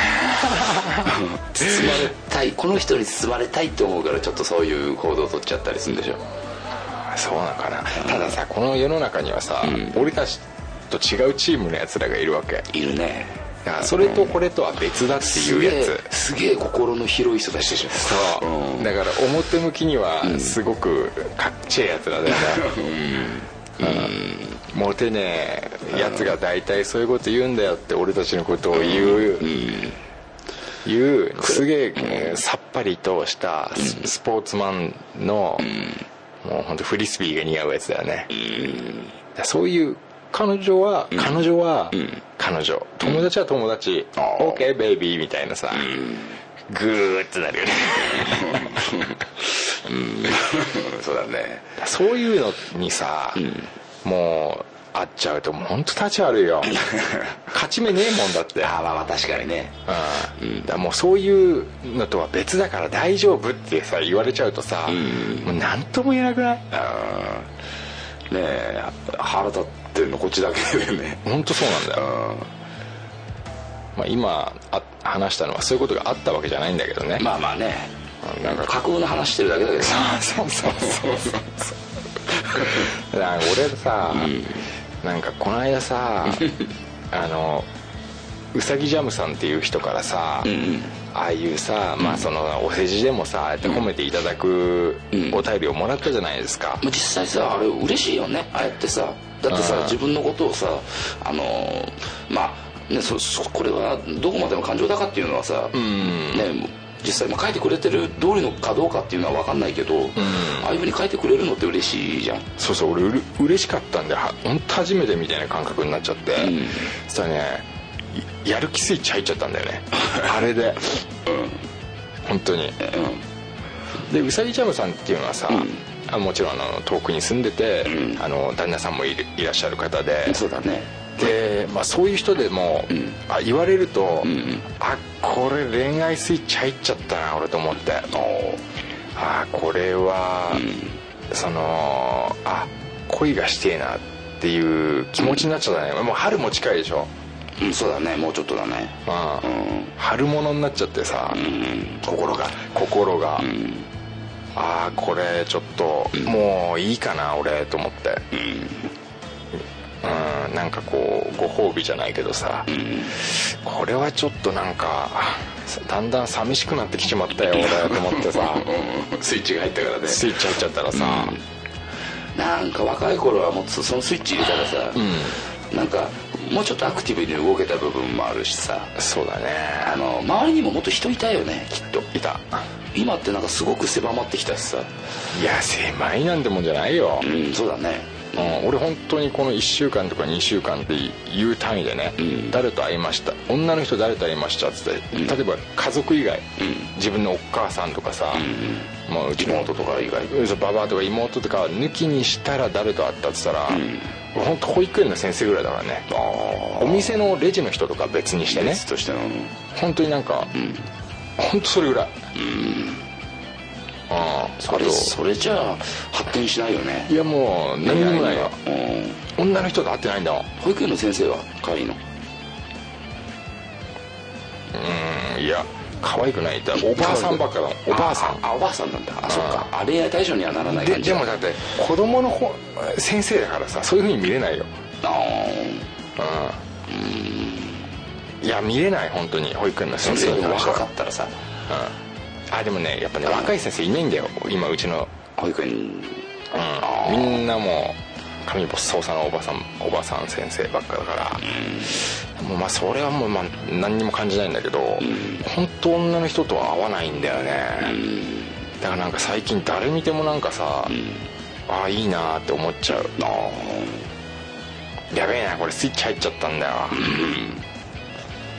Speaker 3: 包まれたいこの人に包まれたいって思うからちょっとそういう行動を取っちゃったりするんでしょ
Speaker 4: そうなのかなたださこの世の中にはさ、俺たちと違うチームのやつらがいるわけ
Speaker 3: いるね
Speaker 4: だからそれとこれとは別だっていうやつ、
Speaker 3: すげえすげえ心の広い人たちでしょ
Speaker 4: そう、
Speaker 3: うん
Speaker 4: だから表向きにはすごくかっちええやつらだよね、うんモテねえやつが大体そういうこと言うんだよって俺たちのことを言う、言うすげえさっぱりとしたススポーツマンの、もう本当フリスビーが似合うやつだよね、だからそういう彼女は、彼女は、彼女友達は友達、OK ベイビーみたいなさ、グーってなるよね
Speaker 3: そうだね
Speaker 4: そういうのにさ、もう会っちゃうともう本当立ち悪 いよ勝ち目ねえもんだって
Speaker 3: ああまあまあ確かにね
Speaker 4: うん、だからもうそういうのとは別だから大丈夫ってさ言われちゃうとさ、もう何とも言えなくない
Speaker 3: あーねえ腹立ってんのこっちだけでね
Speaker 4: 本当そうなんだよ、まあ、今あ話したのはそういうことがあったわけじゃないんだけどね、
Speaker 3: まあまあね
Speaker 4: うんなんか
Speaker 3: 架空の話してるだけだけどさ
Speaker 4: そうそうそうそうなんか俺さ、なんかこの間さあのうさぎジャムさんっていう人からさ、ああいうさ、まあ、そのお世辞でもさああやって褒めていただく
Speaker 3: うん
Speaker 4: お便りをもらったじゃないですか、
Speaker 3: まあ実際さあれ嬉しいよねああやってさだって
Speaker 4: う
Speaker 3: さ
Speaker 4: ん
Speaker 3: 自分のことをさあのーまあねそそこれはどこまでの感情だかっていうのはさ、ね実際まあ書いてくれてる通りのかどうかっていうのは分かんないけど、ああいうふうに書いてくれるのって嬉しいじゃん
Speaker 4: そうそう俺うれ嬉しかったんでは本当初めてみたいな感覚になっちゃって、
Speaker 3: ん
Speaker 4: そしたらねいやる気スイッチ入っちゃったんだよ ねあれで、本当に、でうさぎジャムさんっていうのはさ、あもちろんあの遠くに住んでて、あの旦那さんもいるいらっしゃる方で
Speaker 3: そうだね
Speaker 4: で、まあ、そういう人でも、あ言われると、あこれ恋愛スイッチ入っちゃったな俺と思ってあこれは、そのあ恋がしてえなっていう気持ちになっちゃったね、もう春も近いでしょ、
Speaker 3: うんそうだねもうちょっとだね
Speaker 4: うん春物になっちゃってさ、
Speaker 3: うん心が
Speaker 4: 心が、
Speaker 3: うん
Speaker 4: ああこれちょっと、もういいかな俺と思ってうん、なんかこうご褒美じゃないけどさ、これはちょっとなんかだんだん寂しくなってきちまったよ俺と思ってさ
Speaker 3: スイッチが入ったからね
Speaker 4: スイッチ入っちゃったらさ、
Speaker 3: なんか若い頃はもうそそのスイッチ入れたらさ、なんかもうちょっとアクティブに動けた部分もあるしさ
Speaker 4: そうだ
Speaker 3: あ
Speaker 4: ね
Speaker 3: の周りにももっと人いたよねきっと
Speaker 4: いた
Speaker 3: 今ってなんかすごく狭まってきたしさ
Speaker 4: いや狭いなんてもんじゃないよ、う
Speaker 3: うんんそうだね
Speaker 4: 俺本当にこの1週間とか2週間っていう単位でね、
Speaker 3: ん
Speaker 4: 誰と会いました女の人誰と会いましたっつって、
Speaker 3: うん
Speaker 4: 例えば家族以外、
Speaker 3: うん
Speaker 4: 自分のお母さんとかさ、うまあ、うちの
Speaker 3: 妹とか以外
Speaker 4: そうババアとか妹とか抜きにしたら誰と会ったっつったら、
Speaker 3: ん
Speaker 4: 本当保育園の先生ぐらいだからねお店のレジの人とか別にしてね
Speaker 3: としての
Speaker 4: 本当になんか、本当それぐらい、うん
Speaker 3: あれ
Speaker 4: そ
Speaker 3: それじゃあ発展しないよね
Speaker 4: ういやもう何にもないよ
Speaker 3: うん
Speaker 4: 女の人と会ってないんだもん
Speaker 3: 保育園の先生は可愛いの
Speaker 4: うんいや可愛くないだおばあさんばっかだもんおばあさん
Speaker 3: ああおばあさんなんだあそっかあれ対象にはならない
Speaker 4: で
Speaker 3: 感じ
Speaker 4: でもだって子供のほ先生だからさそういうふうに見れないよ
Speaker 3: あ
Speaker 4: いや見れない本当に保育園の
Speaker 3: ー
Speaker 4: 先
Speaker 3: 先
Speaker 4: 生
Speaker 3: 生
Speaker 4: に
Speaker 3: が
Speaker 4: 関して
Speaker 3: 若か
Speaker 4: は
Speaker 3: ったらさ
Speaker 4: あでもねやっぱね
Speaker 3: うん
Speaker 4: 若い先生いないんだよ今うちの、
Speaker 3: 保育園
Speaker 4: うん、みんなもう髪ぼっそうさのおばさんおばさん先生ばっかだからもうまあそれはもうまあ何にも感じないんだけど本当女の人とは合わないんだよねだからなんか最近誰見てもなんかさああいいなーって思っちゃうやべえなこれスイッチ入っちゃったんだよ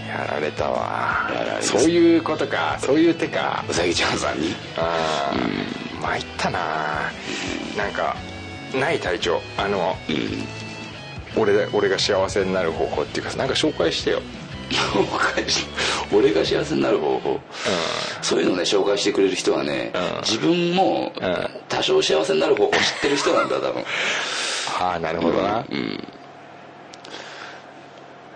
Speaker 4: やられたわ
Speaker 3: やられた
Speaker 4: そういうことかそういう手か
Speaker 3: うさぎちゃんさんに
Speaker 4: あー参ったななんかない隊長あの
Speaker 3: うん
Speaker 4: 俺俺が幸せになる方法っていうかなんか紹介してよ
Speaker 3: おかしい 俺が幸せになる方法そういうのね紹介してくれる人はね
Speaker 4: うん
Speaker 3: 自分も
Speaker 4: ん
Speaker 3: 多少幸せになる方法を知ってる人なんだ多分
Speaker 4: ああなるほどな、
Speaker 3: うん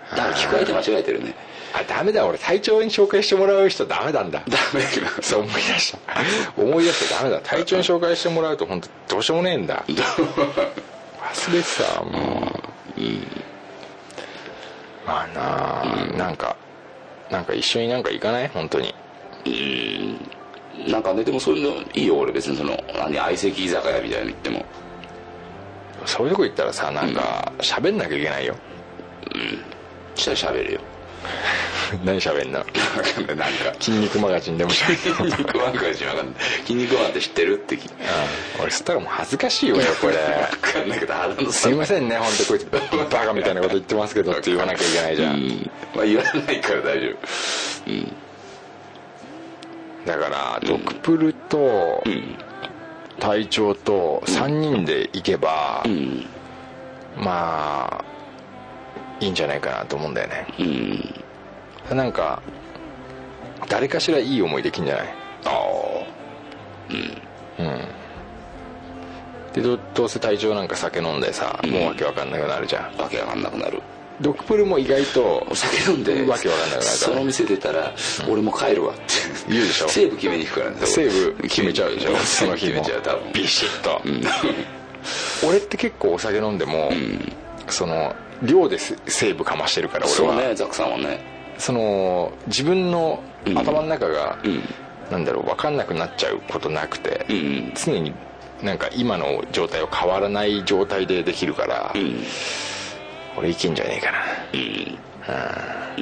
Speaker 3: だから聞こえて間違えてるね
Speaker 4: あダメだ俺隊長に紹介してもらう人ダメなんだ
Speaker 3: ダメ
Speaker 4: そう思い出した 思い出したダメだ隊長に紹介してもらうと本当どうしようもねえんだ忘れてたもう、まあなあ、なんかなんか一緒になんか行かない本当に
Speaker 3: なんかねでもそういうのいいよ俺別にその何相席居酒屋みたいなの行っても
Speaker 4: そういうとこ行ったらさなんか喋んなきゃいけないよ
Speaker 3: したら喋るよ
Speaker 4: 何喋んの
Speaker 3: 分かんないなんか
Speaker 4: 筋肉マガジンで も喋
Speaker 3: 筋肉マンかしわかんない筋肉マンって知ってるって聞いて
Speaker 4: る俺そったらもう恥ずかしいわよこれ
Speaker 3: 分かんないけど肌の
Speaker 4: すいませんね本当こいつバカみたいなこと言ってますけどって言わなきゃいけないじゃん、
Speaker 3: うんまあ言わないから大丈夫うん
Speaker 4: だからドクプルと
Speaker 3: うん
Speaker 4: 隊長と3人で行けば、
Speaker 3: うん
Speaker 4: まあいいんじゃないかなと思うんだよね
Speaker 3: うん
Speaker 4: なんか誰かしらいい思いできんじゃない
Speaker 3: ああ
Speaker 4: でどどうせ体調なんか酒飲んでさ、
Speaker 3: ん
Speaker 4: もうわけわかんなくなるじゃん
Speaker 3: わけわかんなくなる
Speaker 4: ドクプルも意外と
Speaker 3: お酒飲んで
Speaker 4: わけわかんなくなるからね
Speaker 3: その店出たら俺も帰るわって
Speaker 4: 言うでしょ
Speaker 3: セーブ決めに行くからね
Speaker 4: セーブ決めちゃうでしょそ
Speaker 3: セー
Speaker 4: の
Speaker 3: ブ
Speaker 4: 日
Speaker 3: 決
Speaker 4: も
Speaker 3: めちゃう多分
Speaker 4: ビシッと、
Speaker 3: うん
Speaker 4: 俺って結構お酒飲んでも、その量ですセーブかましてるから
Speaker 3: そ
Speaker 4: 俺
Speaker 3: う
Speaker 4: は
Speaker 3: ねザックさんはね
Speaker 4: その自分の
Speaker 3: うん
Speaker 4: 頭の中が、
Speaker 3: うん
Speaker 4: なんだろう分かんなくなっちゃうことなくて、
Speaker 3: うん
Speaker 4: 常になんか今の状態を変わらない状態でできるから、
Speaker 3: うん
Speaker 4: 俺いけんじゃねえかな、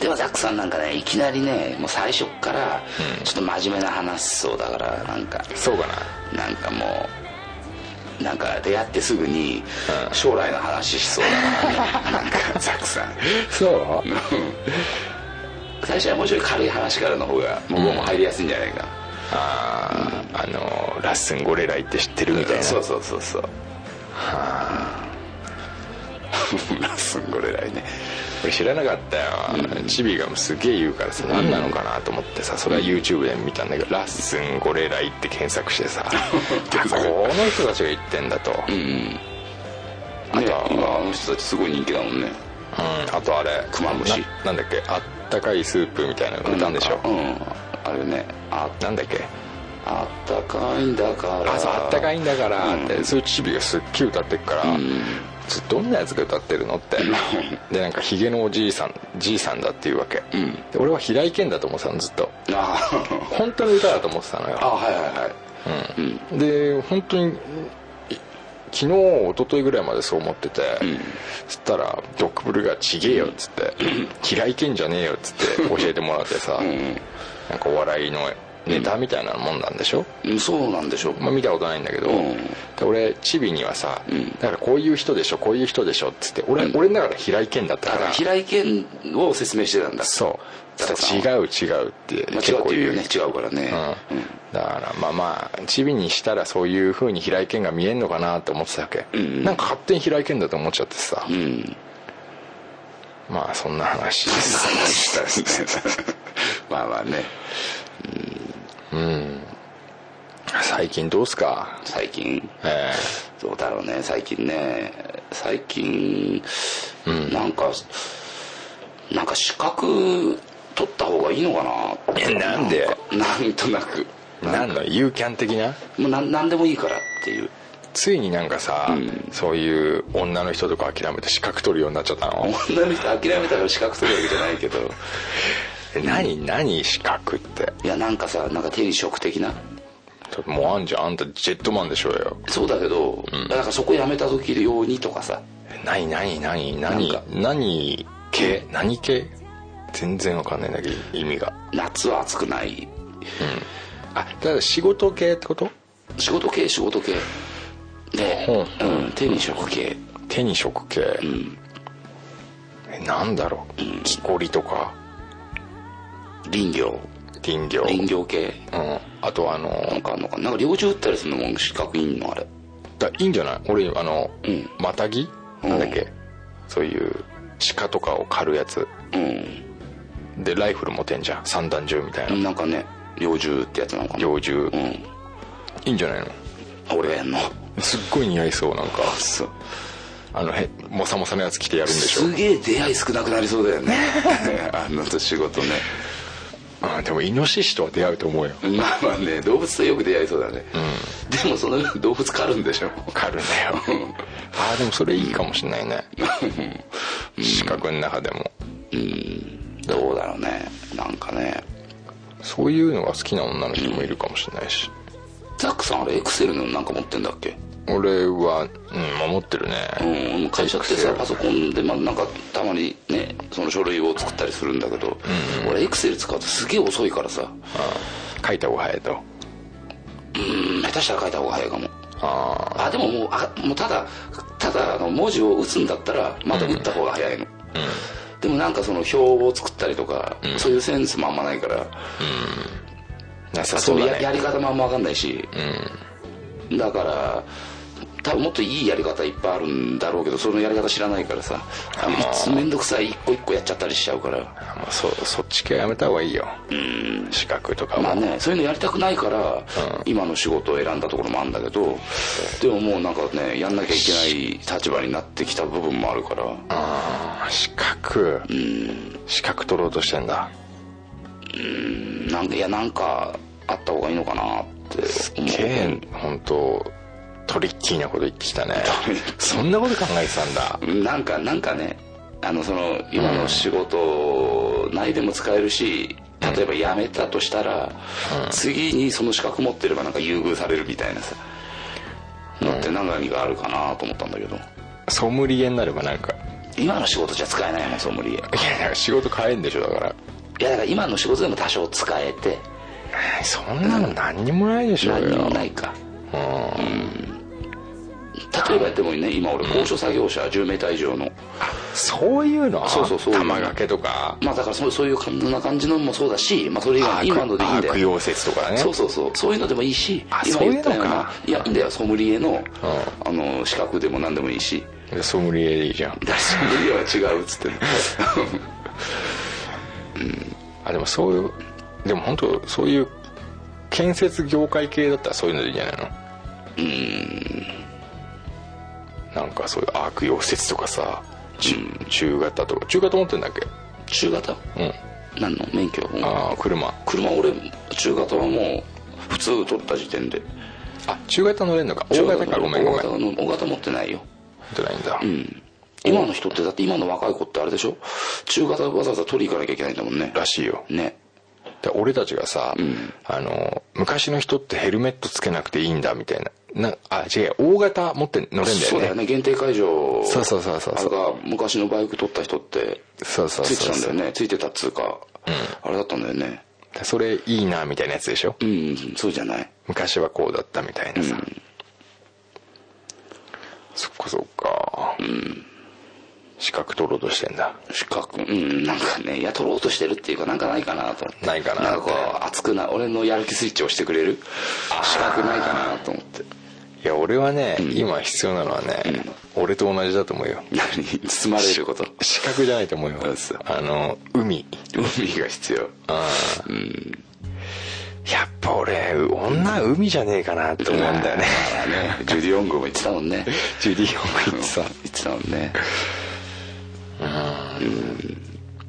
Speaker 3: でもザックさんなんかねいきなりねもう最初っからちょっと真面目な話しそうだからなんか
Speaker 4: そうかな
Speaker 3: なんかもうなんか出会ってすぐに将来の話しそうだからねなんかザックさん
Speaker 4: そう
Speaker 3: 最初はもうちょい軽い話からの方が向こうも入りやすいんじゃないか
Speaker 4: あーあのラッスンゴレライって知ってるみたいな
Speaker 3: そうそうそうそうはあすんごい偉いね
Speaker 4: 俺知らなかったよ、チビがすげえ言うからさ何なのかなと思ってさそれは YouTube で見たんだけど「ラッスンゴレライ」って検索し てさあこの人たちが言ってんだと、うん
Speaker 3: あ
Speaker 4: あとは
Speaker 3: と今あの人たちすごい人気だもんね
Speaker 4: あとあれ
Speaker 3: クマムシ
Speaker 4: ななんだっけあったかいスープみたいなの売ったんでしょ、
Speaker 3: うんあれねあ
Speaker 4: なんだっけ
Speaker 3: あったかいんだから
Speaker 4: あそうあったか
Speaker 3: い
Speaker 4: いんだからって、
Speaker 3: うん
Speaker 4: そういうチビがすっげえ歌ってっから、
Speaker 3: ん
Speaker 4: ちょどんなやつが歌ってるのって
Speaker 3: う
Speaker 4: でなんかヒゲのおじいさんじいさんだっていうわけ、
Speaker 3: うん
Speaker 4: で俺は平井堅だと思ってたのずっと
Speaker 3: あ
Speaker 4: 本当の歌だと思ってたの
Speaker 3: あ
Speaker 4: よ
Speaker 3: はいはいはい
Speaker 4: で本当にい昨日一昨日ぐらいまでそう思ってて、そしたらドッグブルが「ちげえよ」っつって「平井堅じゃねえよ」っつって教えてもらってさ、なんかお笑いのネタみたいなもんなんでしょ、
Speaker 3: うんそうなんでしょう
Speaker 4: まあ、見たことないんだけど、
Speaker 3: うん
Speaker 4: で俺チビにはさ、
Speaker 3: ん
Speaker 4: だからこういう人でしょこういう人でしょっつって俺,、俺の中で平井堅だった
Speaker 3: だ
Speaker 4: か
Speaker 3: から
Speaker 4: ら
Speaker 3: 平井堅を説明してたんだ
Speaker 4: そう
Speaker 3: だ
Speaker 4: だ
Speaker 3: からさ
Speaker 4: から違う違うって
Speaker 3: まあ
Speaker 4: 結
Speaker 3: 違うっ
Speaker 4: 構
Speaker 3: て
Speaker 4: 言う
Speaker 3: い
Speaker 4: よ
Speaker 3: うね違うからね
Speaker 4: うんだからまあまあチビにしたらそういう風に平井堅が見えんのかなと思ってたわけ、
Speaker 3: ん
Speaker 4: なんか勝手に平井堅だと思っちゃってさ、
Speaker 3: うん
Speaker 4: まあそんな話で
Speaker 3: 話
Speaker 4: す
Speaker 3: した ですねまあまあね
Speaker 4: 最近どうっすか
Speaker 3: 最近
Speaker 4: え
Speaker 3: どうだろうね最近ね最近、なんかなんか資格取った方がいいのかな
Speaker 4: えなんで
Speaker 3: なんとなく
Speaker 4: えなんのユーキャン的な
Speaker 3: もうなんなんでもいいからっていう
Speaker 4: ついになんかさ、
Speaker 3: ん
Speaker 4: そういう女の人とか諦めて資格取るようになっちゃったの
Speaker 3: 女の人諦めたから資格取るわけじゃないけど
Speaker 4: え何何資格って
Speaker 3: いやなんかさなんか手に職的な
Speaker 4: ちょっともうあんじゃんあんたジェットマンでしょうよ
Speaker 3: そうだけど、だからそこ辞めた時用にとかさ
Speaker 4: 何何何
Speaker 3: な
Speaker 4: 何
Speaker 3: んか
Speaker 4: 何系何系全然わかんないんだけど意味が
Speaker 3: 夏は暑くない
Speaker 4: あだから仕事系ってこと
Speaker 3: 仕事系仕事系で、
Speaker 4: う
Speaker 3: うん、手に職系
Speaker 4: 手に職系、えなんだろう、木こりとか
Speaker 3: 林業
Speaker 4: 林業
Speaker 3: 林業系
Speaker 4: うん、あとあの
Speaker 3: なんかあんのかななんか猟銃撃ったりするのも資格いんのあれ
Speaker 4: だいいんじゃない俺あの、
Speaker 3: うん
Speaker 4: またぎなんだっけ、そういう鹿とかを狩るやつ
Speaker 3: う
Speaker 4: でライフル持てんじゃん三段銃みたいな、
Speaker 3: んなんかね猟銃ってやつなのかな
Speaker 4: 猟銃、
Speaker 3: うん
Speaker 4: いいんじゃないの
Speaker 3: あ俺がやんの
Speaker 4: すっごい似合いそうなんか
Speaker 3: そう
Speaker 4: あのへモサモサのやつ着てやるんでしょ
Speaker 3: すげえ出会い少なくなりそうだよ ねあの仕事ね
Speaker 4: あでもイノシシとは出会うと思うよ
Speaker 3: まあまあね動物とよく出会いそうだね、でもその動物狩るんでしょ
Speaker 4: 狩るんだよあーでもそれいいかもしんないね資格の中でも
Speaker 3: うんどうだろうねなんかね
Speaker 4: そういうのが好きな女の人もいるかもしんないし
Speaker 3: ザックさんあれエクセルのなんか持ってんだっけ
Speaker 4: 俺はうん守ってるね
Speaker 3: うん、会社ってさパソコンで、まあ、なんかたまにねその書類を作ったりするんだけど、俺エクセル使うとすげえ遅いからさ、
Speaker 4: 書いた方が早いと
Speaker 3: うん、下手したら書いた方が早いかも
Speaker 4: あ
Speaker 3: あでももうあもうただただあの文字を打つんだったらまた打った方が早いの、でもなんかその表を作ったりとか、そういうセンスもあんまないから、
Speaker 4: あなさ
Speaker 3: そ
Speaker 4: そう
Speaker 3: の
Speaker 4: だ
Speaker 3: や
Speaker 4: ね
Speaker 3: やり方もあんま分かんないし、だから多分もっといいやり方いっぱいあるんだろうけどそのやり方知らないからさあのいつめんどくさい一個一個やっちゃったりしちゃうから
Speaker 4: まあ、そそっち系はやめた方がいいよ資格とかも、
Speaker 3: まあねそういうのやりたくないから、今の仕事を選んだところもあるんだけどでももうなんかねやんなきゃいけない立場になってきた部分もあるから
Speaker 4: あー資格資格取ろうとしてんだ
Speaker 3: なんかいやなんかあった方がいいのかなって思
Speaker 4: ケ
Speaker 3: う
Speaker 4: ーン本当トリッキーなこと言ってきたねそんなこと考えてたんだ
Speaker 3: なんかなんかねあのその今の仕事内でも使えるし例えば辞めたとしたら、次にその資格持ってればなんか優遇されるみたいなさのって何か意味があるかなと思ったんだけど
Speaker 4: ソムリエになればなんか
Speaker 3: 今の仕事じゃ使えないもんソムリエい
Speaker 4: いやだから仕事変えんでしょだから
Speaker 3: やだから今の仕事でも多少使えて
Speaker 4: そんなの何にもないでしょう
Speaker 3: 何に
Speaker 4: よ
Speaker 3: もないか例えばでもね今俺高所作業車10メーター以上の
Speaker 4: そういうの
Speaker 3: そうそうそういうの
Speaker 4: 玉掛けとか
Speaker 3: まあだからそうそういうそんな感じのもそうだし、まあ、それ以外の今のでいいんだよ
Speaker 4: 悪用説とかね
Speaker 3: そうそうそうそういうのでもいいし
Speaker 4: あ
Speaker 3: 今
Speaker 4: そういう
Speaker 3: 言
Speaker 4: の
Speaker 3: っ
Speaker 4: か
Speaker 3: たようないやいいんだよソムリエの,、あの資格でも何でもいいし
Speaker 4: でソムリエでいいじゃん
Speaker 3: だソムリエは違うっつ ってんの
Speaker 4: あでもそういうでも本当そういう建設業界系だったらそういうのでいいんじゃないのうんなんかそういう悪用説とかさ中中型とか中型持ってんだっけ
Speaker 3: 中型
Speaker 4: うん
Speaker 3: 何の免許
Speaker 4: ああ車
Speaker 3: 車俺中型はもう普通取った時点で
Speaker 4: あ中型乗れんのか大型かごめんごめん
Speaker 3: 大型
Speaker 4: 乗っ
Speaker 3: の大型持ってないよ
Speaker 4: てないんだ、
Speaker 3: 今の人ってだって今の若い子ってあれでしょ中型わざわざ取り行かなきゃいけないんだもんね
Speaker 4: らしいよ
Speaker 3: ね
Speaker 4: で俺たちがさ、あの昔の人ってヘルメットつけなくていいんだみたいななあ違う大型持って乗れんだよね
Speaker 3: そうだよね限定会場
Speaker 4: そうそうそうそう
Speaker 3: あれが昔のバイク取った人って
Speaker 4: そうそう
Speaker 3: ついて
Speaker 4: そ
Speaker 3: た
Speaker 4: うん
Speaker 3: だよ
Speaker 4: そう
Speaker 3: ねついてたっつうか、あれだったんだよね
Speaker 4: それいいなみたいなやつでしょ
Speaker 3: うんそうじゃない
Speaker 4: 昔はこうだったみたいなさ、そっかそっか資格取ろうとしてんだ
Speaker 3: 資格うんなんかねいや取ろうとしてるっていうかなんかないかなと思って
Speaker 4: ないかな
Speaker 3: なんかこう熱くな俺のやる気スイッチを押してくれる資格ないかなと思って
Speaker 4: いや俺はね、今必要なのはね、俺と同じだと思うよ
Speaker 3: 何包まれること
Speaker 4: 資格じゃないと思うよ
Speaker 3: そうそう
Speaker 4: あの海
Speaker 3: 海が必要
Speaker 4: やっぱ俺女海じゃねえかなと思うんだよね
Speaker 3: まあねジュディ・オングも言ってたもんね
Speaker 4: ジュディ・オング言ってさ
Speaker 3: うん言ってたもんね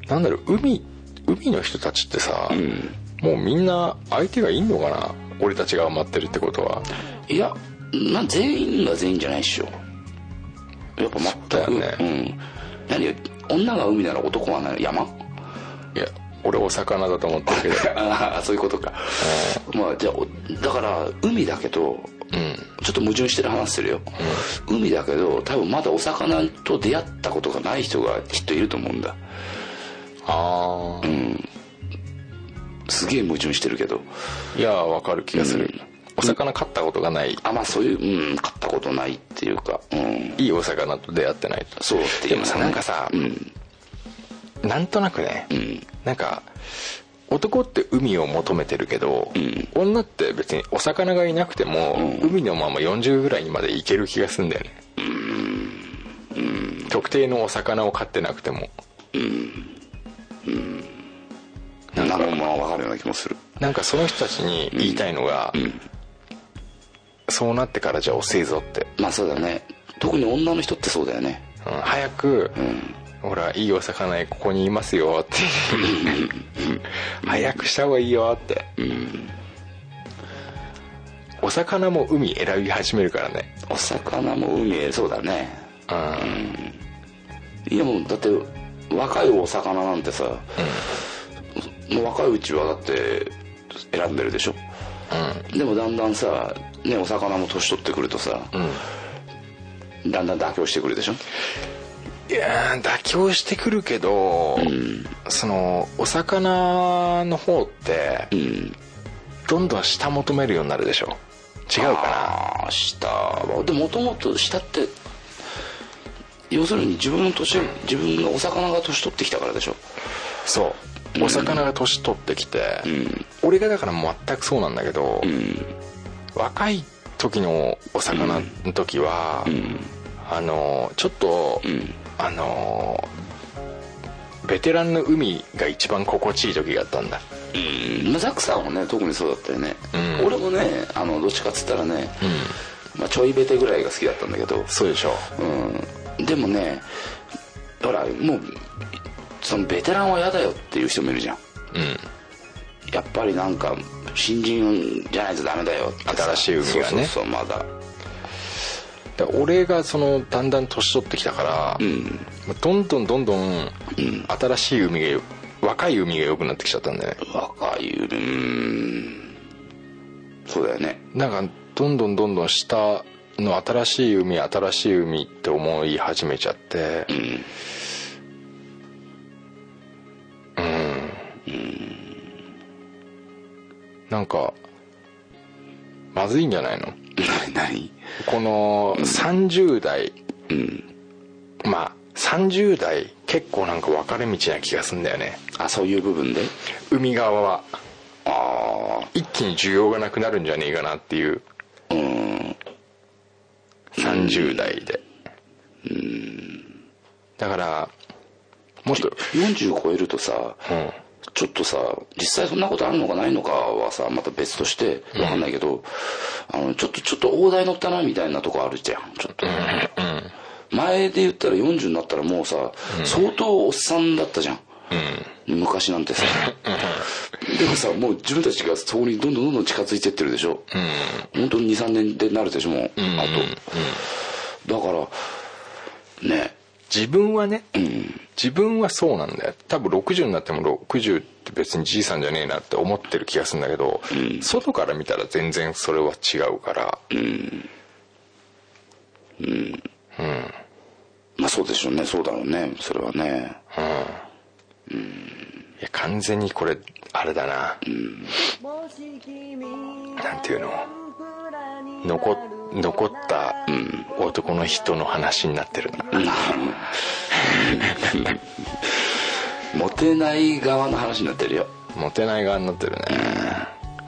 Speaker 4: なんだろう海海の人たちってさ、
Speaker 3: ん
Speaker 4: もうみんな相手がいんのかな俺たちが待ってるってことはい
Speaker 3: やな全員が全員じゃないっしょやっぱ全く
Speaker 4: そうだよ
Speaker 3: うん何よ女が海なら男は何山
Speaker 4: いや俺お魚だと思ってるけ ど
Speaker 3: ああそういうことかまあじゃあおだから海だけど
Speaker 4: うん
Speaker 3: ちょっと矛盾してる話するよ、海だけど多分まだお魚と出会ったことがない人がきっといると思うんだ
Speaker 4: ああ、
Speaker 3: すげえ矛盾してるけど
Speaker 4: いやわかる気がする、
Speaker 3: うん
Speaker 4: お魚飼ったことがない、
Speaker 3: あまあそういううん買ったことないっていうかうん
Speaker 4: いいお魚と出会ってないと
Speaker 3: そうって
Speaker 4: で
Speaker 3: 言い
Speaker 4: も
Speaker 3: ます
Speaker 4: さ
Speaker 3: ね
Speaker 4: なんかさ、
Speaker 3: うん
Speaker 4: なんとなくね、
Speaker 3: うん
Speaker 4: なんか男って海を求めてるけど、
Speaker 3: ん
Speaker 4: 女って別にお魚がいなくても、
Speaker 3: うん
Speaker 4: 海のまま40ぐらいにまでいける気がするんだよね、特定のお魚を飼ってなくても
Speaker 3: なんかまあ分かるような気もする
Speaker 4: なんかその人たちに言いたいのが、そうなってからじゃ遅いぞって、
Speaker 3: まあそうだね特に女の人ってそうだよね
Speaker 4: うん早く、ほらいいお魚ここにいますよって早くした方がいいよって、お魚も海選び始めるからね
Speaker 3: お魚も海へそうだね
Speaker 4: うん
Speaker 3: いやもうだって若いお魚なんてさ、もう若いうちはだって選んでるでしょ、でもだんだんさ、ね、お魚も年取ってくるとさ、だんだん妥協してくるでしょ
Speaker 4: いやー妥協してくるけど、そのお魚の方って、
Speaker 3: ん
Speaker 4: どんどん下求めるようになるでしょ違うか
Speaker 3: ああ下はでもともと下って要するに自分の年、自分のお魚が年取ってきたからでしょ
Speaker 4: なそうお魚が年取ってきて、俺がだから全くそうなんだけど、若い時のお魚の時は、あのちょっと、あのベテランの海が一番心地いい時があったんだ
Speaker 3: うん、まあザックさんもね特にそうだったよね、
Speaker 4: うん
Speaker 3: 俺もねあのどっちかっつったらね、まあ、ちょいベテぐらいが好きだったんだけど、
Speaker 4: そうでしょ
Speaker 3: うん、でもねほらもうそのベテランは嫌だよっていう人もいるじゃん
Speaker 4: うん
Speaker 3: やっぱりなんか新人じゃないとダメだよってさ
Speaker 4: 新しい海が
Speaker 3: そ
Speaker 4: ね
Speaker 3: うそうそうまだ
Speaker 4: だから俺がそのだんだん年取ってきたから、
Speaker 3: ん
Speaker 4: どんどんどんどん、新しい海が若い海が良くなってきちゃったんだよね
Speaker 3: 若いうんそうだよね
Speaker 4: なんかどんどんどんどん下の新しい海新しい海って思い始めちゃってうん、なんかまずいんじゃないの
Speaker 3: 何
Speaker 4: この30代、
Speaker 3: うん
Speaker 4: まあ30代結構なんか分かれ道な気がすんだよね
Speaker 3: あそういう部分で
Speaker 4: 海側は
Speaker 3: ああ
Speaker 4: 一気に需要がなくなるんじゃねえかなっていう
Speaker 3: うん
Speaker 4: 30代でだからもっと
Speaker 3: 40超えるとさ、
Speaker 4: うん
Speaker 3: ちょっとさ実際そんなことあるのかないのかはさまた別としてわかんないけど、あのちょっとちょっと大台乗ったなみたいなとこあるじゃんちょっと、前で言ったら40になったらもうさ、相当おっさんだったじゃん、昔なんてさでもさもう自分たちがそこにどんどんどんどん近づいてってるでしょ、本当に23年でなるでしょもう、あと、だからね
Speaker 4: 自分はね、自分はそうなんだよ多分60になっても60って別にじいさんじゃねえなって思ってる気がするんだけど、外から見たら全然それは違うから、
Speaker 3: まあそうでしょうねそうだろうねそれはね
Speaker 4: いや完全にこれあれだな、
Speaker 2: な
Speaker 4: なんん
Speaker 2: て
Speaker 4: て
Speaker 2: い
Speaker 4: いうう
Speaker 2: の
Speaker 4: の
Speaker 2: 残
Speaker 4: 残
Speaker 2: っ残
Speaker 4: 残
Speaker 2: っ
Speaker 4: ったた、男の人の話になってるな、
Speaker 3: モテない側の話になってるよ
Speaker 4: モテない側になってるね、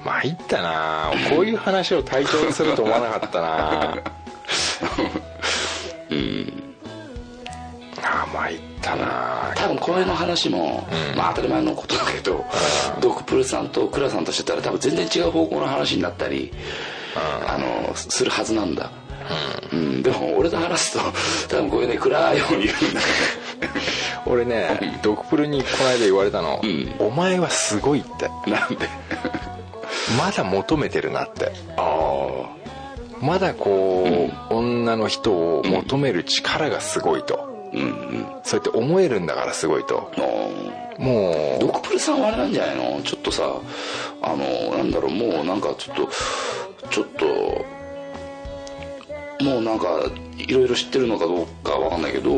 Speaker 4: 参ったなこういう話を対象にすると思わなかったなうんああ参っったな
Speaker 3: 多分これの話も、
Speaker 4: うん
Speaker 3: まあ当たり前のことだけど、
Speaker 4: うん
Speaker 3: ドクプルさんとクラさんとしてたら多分全然違う方向の話になったり、あのするはずなんだ、うんでも俺と話すと多分こういうね暗いように言うんだ
Speaker 4: 俺ねドクプルにこの間言われたの、
Speaker 3: ん
Speaker 4: お前はすごいって
Speaker 3: けどなんで
Speaker 4: まだ求めてるなって
Speaker 3: ああ
Speaker 4: まだこう、女の人を求める力がすごいと、
Speaker 3: うんうん
Speaker 4: そうやって思えるんだからすごいと
Speaker 3: の
Speaker 4: も
Speaker 3: ドクプルさんはあれなんじゃないのちょっとさあのなんだろうもうなんかちょっとちょっともうなんかいろいろ知ってるのかどうかわかんないけど、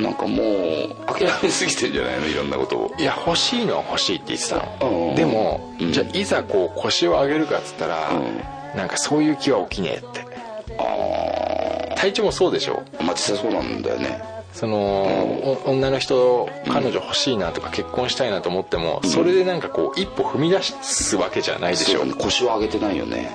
Speaker 3: なんかもう諦めすぎてんじゃないのいろんなことを
Speaker 4: ういや欲しいのは欲しいって言ってた
Speaker 3: うん
Speaker 4: のでも、
Speaker 3: うん
Speaker 4: じゃあいざこう腰を上げるかっつったら、
Speaker 3: うん
Speaker 4: なんかそういう気は起きねえって
Speaker 3: あ
Speaker 4: 体調もそうでしょ
Speaker 3: あまあ実際そうなんだよね
Speaker 4: その、お女の人彼女欲しいなとか結婚したいなと思っても、それでなんかこう一歩踏み出すわけじゃないでしょ
Speaker 3: そうね腰を上げてないよね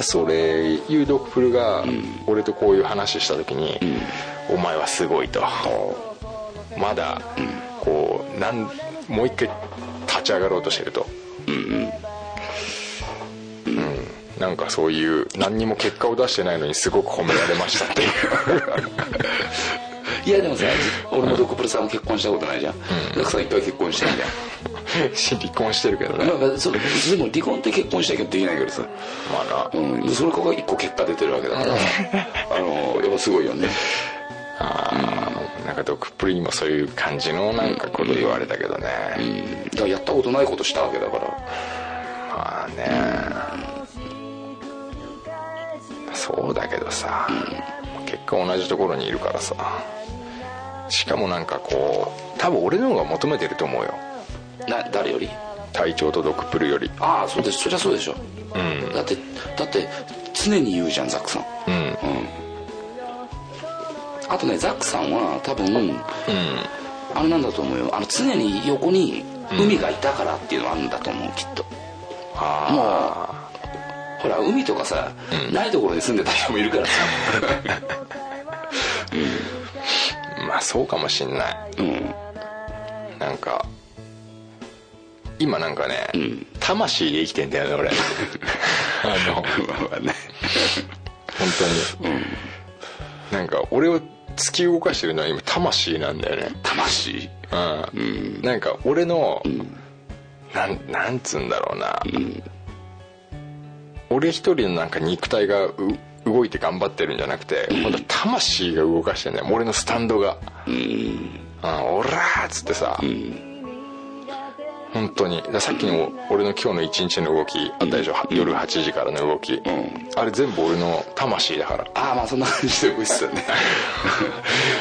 Speaker 4: それいうドクプルが俺とこういう話した時に「お前はすごい」と「まだこうなんもう一回立ち上がろうとしてる」とうんなんかそういう何にも結果を出してないのにすごく褒められましたっていう
Speaker 3: いやでもさ俺もドクプルさんも結婚したことないじゃんザクさんいっぱい結婚してるじゃん
Speaker 4: 離婚してるけどね
Speaker 3: まあまあ、そうでも離婚って結婚したけどできないけどさ
Speaker 4: まあな
Speaker 3: うん、それから一個結果出てるわけだから、あのやっぱすごいよね
Speaker 4: あーなんかドクプルにもそういう感じのなんかこと言われたけどね、
Speaker 3: うんだからやったことないことしたわけだから
Speaker 4: まあねそうだけどさ、結果同じところにいるからさしかもなんかこう多分俺の方が求めてると思うよ
Speaker 3: な誰より
Speaker 4: 体調とドクプルより
Speaker 3: ああそうですそりゃそうでしょ
Speaker 4: うん
Speaker 3: だってだって常に言うじゃんザックさん
Speaker 4: うん
Speaker 3: あとねザックさんは多分、あれなんだと思うよあの常に横に海がいたからっていうのがあるんだと思うきっと
Speaker 4: あ
Speaker 3: ほら海とかさ、ないところに住んでた人もいるからさ
Speaker 4: あまあそうかもしんない
Speaker 3: うん
Speaker 4: なんか今なんかね、
Speaker 3: ん
Speaker 4: 魂で生きてんだよね俺あの
Speaker 3: まあね
Speaker 4: 本当に、なんか俺を突き動かしてるのは今魂なんだよね
Speaker 3: 魂
Speaker 4: うん、
Speaker 3: ん
Speaker 4: なんか俺の、なんなんつうんだろうな、俺一人のなんか肉体がう動いて頑張ってるんじゃなくて、まだ魂が動かしてんだよ俺のスタンドが「うん、オラー!」っつってさ、本当にだからさっきの俺の今日の一日の動きあったでしょ、夜8時からの動き、
Speaker 3: ん
Speaker 4: あれ全部俺の魂だから
Speaker 3: ああまあそんな感じで動いてたね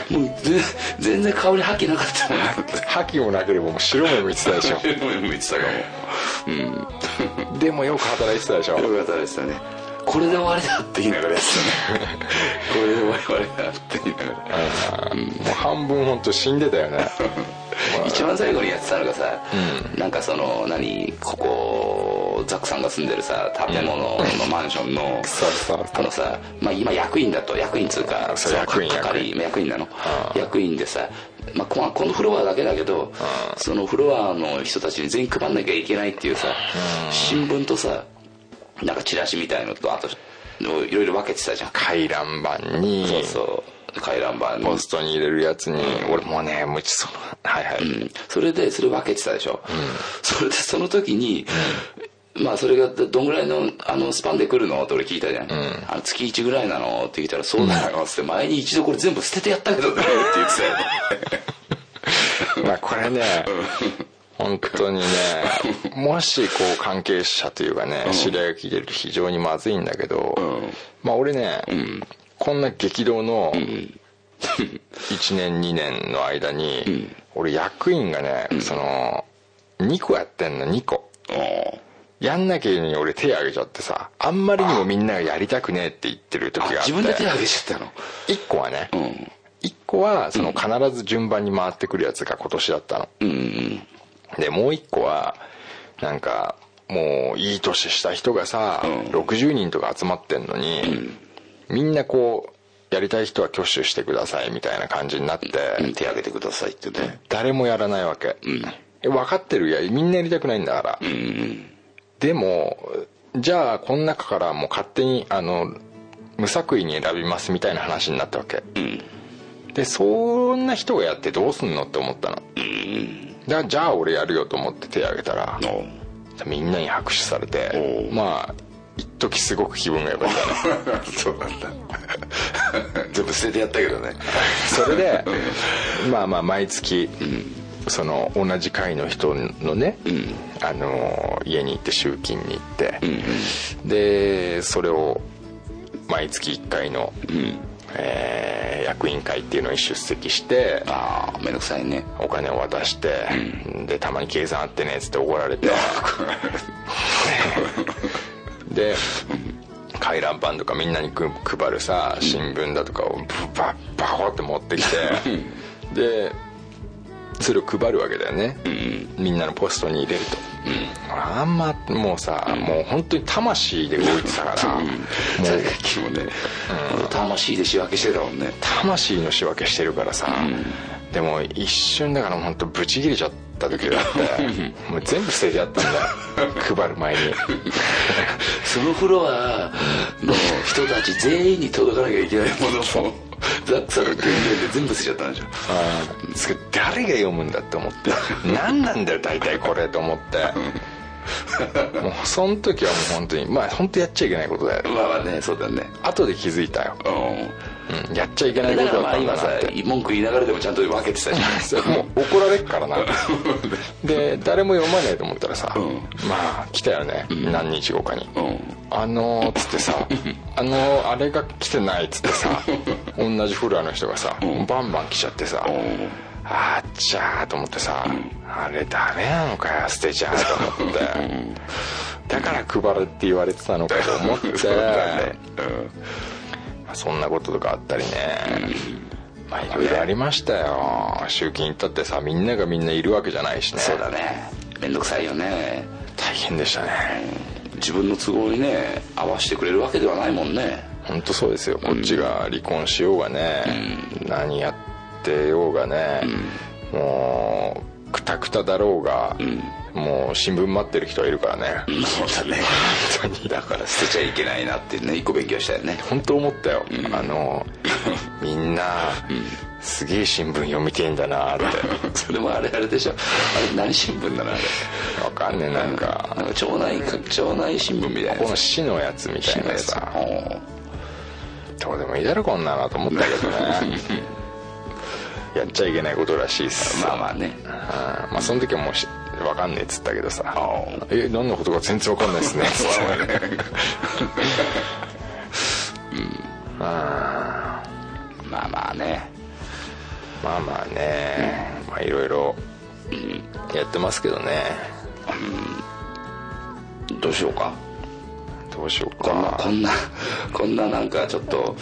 Speaker 3: もうぜ全然香り吐きなかったもん
Speaker 4: 覇気もなければもう白目向いてたでしょ
Speaker 3: 向いてたかも
Speaker 4: でもよく働いてたでしょ
Speaker 3: うん よかったですよねこれで終わりだって言いながらやってたねこれで終わりだって言いながら
Speaker 4: もう半分本当死んでたよね
Speaker 3: 一番最後にやってたのがさ、なんかその何ここザックさんが住んでるさ建物のマンションの
Speaker 4: そうそう
Speaker 3: あのさ、まあ、今役員だと役員っつうか
Speaker 4: そう
Speaker 3: の
Speaker 4: 役員
Speaker 3: 係役員なの役員でさ、まあ、このこのフロアだけだけどそのフロアの人たちに全員配んなきゃいけないっていうさ新聞とさなんかチラシみたいのとあといろいろ分けてたじゃん
Speaker 4: 回覧板に
Speaker 3: そうそう回覧板に
Speaker 4: ポストに入れるやつに、俺もうねもうちょっとそのはいはい、
Speaker 3: うんそれでそれ分けてたでしょ、それでその時に、まあそれがどどんぐらいのあのスパンで来るのって俺聞いたじゃん、あの月1ぐらいなのって聞いたら「そうなの?」っつって「前に一度これ全部捨ててやったけどね」って言ってたよ
Speaker 4: まあこれね本当にねもしこう関係者というかね知り合いが聞いてると非常にまずいんだけど、まあ俺ね、こんな激動の1年2年の間に、俺役員がね、その2個やってんの2個 やんなきゃいいのに俺手挙げちゃってさあんまりにもみんながやりたくねえって言ってる時
Speaker 3: あ
Speaker 4: があって
Speaker 3: 自分で手挙げちゃったの
Speaker 4: 1個はね、
Speaker 3: うん
Speaker 4: 一個はその必ず順番に回ってくるやつが今年だったの、
Speaker 3: うん
Speaker 4: でもう一個はなんかもういい年した人がさ、
Speaker 3: ん
Speaker 4: 60人とか集まってんのに、みんなこうやりたい人は挙手してくださいみたいな感じになって、
Speaker 3: うん手挙げてくださいってね
Speaker 4: 誰もやらないわけ、
Speaker 3: ん
Speaker 4: え分かってるやみんなやりたくないんだから、でもじゃあこの中からもう勝手にあの無作為に選びますみたいな話になったわけ、でそんな人がやってどうすんのって思ったの、だからじゃあ俺やるよと思って手挙げたら
Speaker 3: おう
Speaker 4: みんなに拍手されて
Speaker 3: おう
Speaker 4: まあ一時すごく気分が良かったね
Speaker 3: そうなんだ全部捨ててやったけどね
Speaker 4: それでまあまあ毎月、その同じ会の人のね、あの家に行って集金に行って、でそれを毎月1回の、えー役員会っていうのに出席して
Speaker 3: ああめんどくさいね
Speaker 4: お金を渡して、でたまに計算あってねっつって怒られ てで回覧板とかみんなにく配るさ新聞だとかをバッバコって持ってきてでそれを配るわけだよね、みんなのポストに入れると、あんまもうさ、もう本当に魂で動いてたから、もう
Speaker 3: さっきもね、魂で仕分けしてたもんね
Speaker 4: 魂の仕分けしてるからさ、でも一瞬だから本当ブチ切れちゃった時が あってもう全部捨ててやったんだよ配る前に
Speaker 3: そのフロアの人たち全員に届かなきゃいけないも のもザックさんの訓練で全部捨てちゃったんでしょ
Speaker 4: それ誰が読むんだって思って何なんだよ大体これと思ってもうその時はもう本当にまあ本当やっちゃいけないことだよ
Speaker 3: まあまあねそうだね
Speaker 4: 後で気づいたよ、
Speaker 3: う
Speaker 4: うん、やっちゃいけない
Speaker 3: ん
Speaker 4: こ
Speaker 3: だ
Speaker 4: と
Speaker 3: から
Speaker 4: だっ
Speaker 3: まあ
Speaker 4: たんだ
Speaker 3: 今さ
Speaker 4: なって
Speaker 3: 文句言いながらでもちゃんと分けてたじゃないです か
Speaker 4: もう怒られっか らなで誰も読まないと思ったらさ、
Speaker 3: うん
Speaker 4: まあ来たよね、何日後かに、
Speaker 3: うん
Speaker 4: あのー、つってさ「あのー、あれが来てない」っつって さ同じフロアの人がさ、
Speaker 3: ん
Speaker 4: バンバン来ちゃってさ、
Speaker 3: ん
Speaker 4: あっちゃーと思ってさ、あれダメなのかよ捨てちゃうと思って、だから配るって言われてたのかと思って
Speaker 3: そうだね
Speaker 4: まあそんなこととかあったりね、まあいろいろありましたよ集金行ったってさみんながみんないるわけじゃないしね
Speaker 3: そうだねめんどくさいよね
Speaker 4: 大変でしたね
Speaker 3: 自分の都合にね合わせてくれるわけではないもんね
Speaker 4: 本当そうですよこっちが離婚しようがね、何やってようがね、もうクタクタだろうが、もう新聞待ってる人はいるからね、
Speaker 3: そうだね本当にだから捨てちゃいけないなってね一個勉強したよね
Speaker 4: 本当思ったよ、あのみんな、すげえ新聞読みてえんだなって
Speaker 3: それもあれあれでしょあれ何新聞だなあれ
Speaker 4: わかんねえなんか、
Speaker 3: なんか町内か町内新聞みたいな
Speaker 4: この市のやつみたいなさどうでもいいだろこんなのと思ったけどねやっちゃいけないことらしいっす
Speaker 3: まあまあね
Speaker 4: うんまあその時はもうし分かんねえっつったけどさ「え何のことか全然分かんないっす ね」つって
Speaker 3: まあまあね
Speaker 4: まあまあねまあいろいろやってますけどね
Speaker 3: どうしようか
Speaker 4: どうしよう
Speaker 3: こんな
Speaker 4: か
Speaker 3: こんなこんななんかちょっと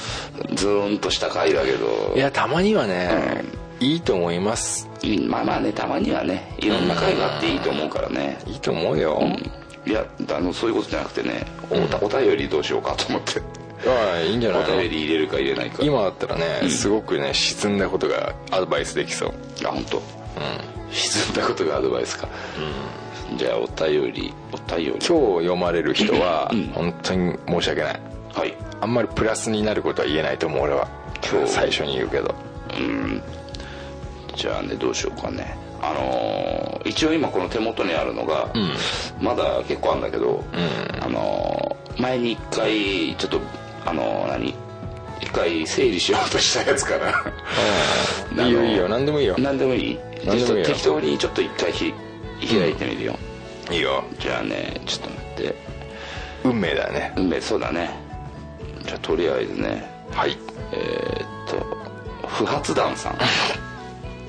Speaker 3: ズーンとした回だけど
Speaker 4: いやたまにはねいいと思います
Speaker 3: いいまあまあねたまにはねいろんな回があっていいと思うからね
Speaker 4: いいと思うよ
Speaker 3: いやあのそういうことじゃなくてねおたお便りどうしようかと思って
Speaker 4: ああいいんじゃ
Speaker 3: お
Speaker 4: ないの
Speaker 3: 便り入れるか入れないか
Speaker 4: 今だったらねすごくね沈んだことがアドバイスできそう
Speaker 3: あ本当。沈んだことがアドバイスか、じゃあお便りお便り
Speaker 4: 今日読まれる人は本当に申し訳ない
Speaker 3: はい
Speaker 4: あんまりプラスになることは言えないと思う俺は
Speaker 3: 今日
Speaker 4: 最初に言うけど
Speaker 3: じゃあねどうしようかねあのー一応今この手元にあるのが、まだ結構あるんだけど、あのー前に一回ちょっとあのー何一回整理しようとしたやつから
Speaker 4: いいよいいよ
Speaker 3: な
Speaker 4: 何でもいいよ
Speaker 3: 何でもいい
Speaker 4: 何でもいいよ
Speaker 3: ちょっと適当にちょっと一回ひ開いてみるよ、
Speaker 4: いいよ
Speaker 3: じゃあねちょっと待って
Speaker 4: 運命だね
Speaker 3: うんそうだねじゃあとりあえずね
Speaker 4: はい
Speaker 3: えーっと不発弾さん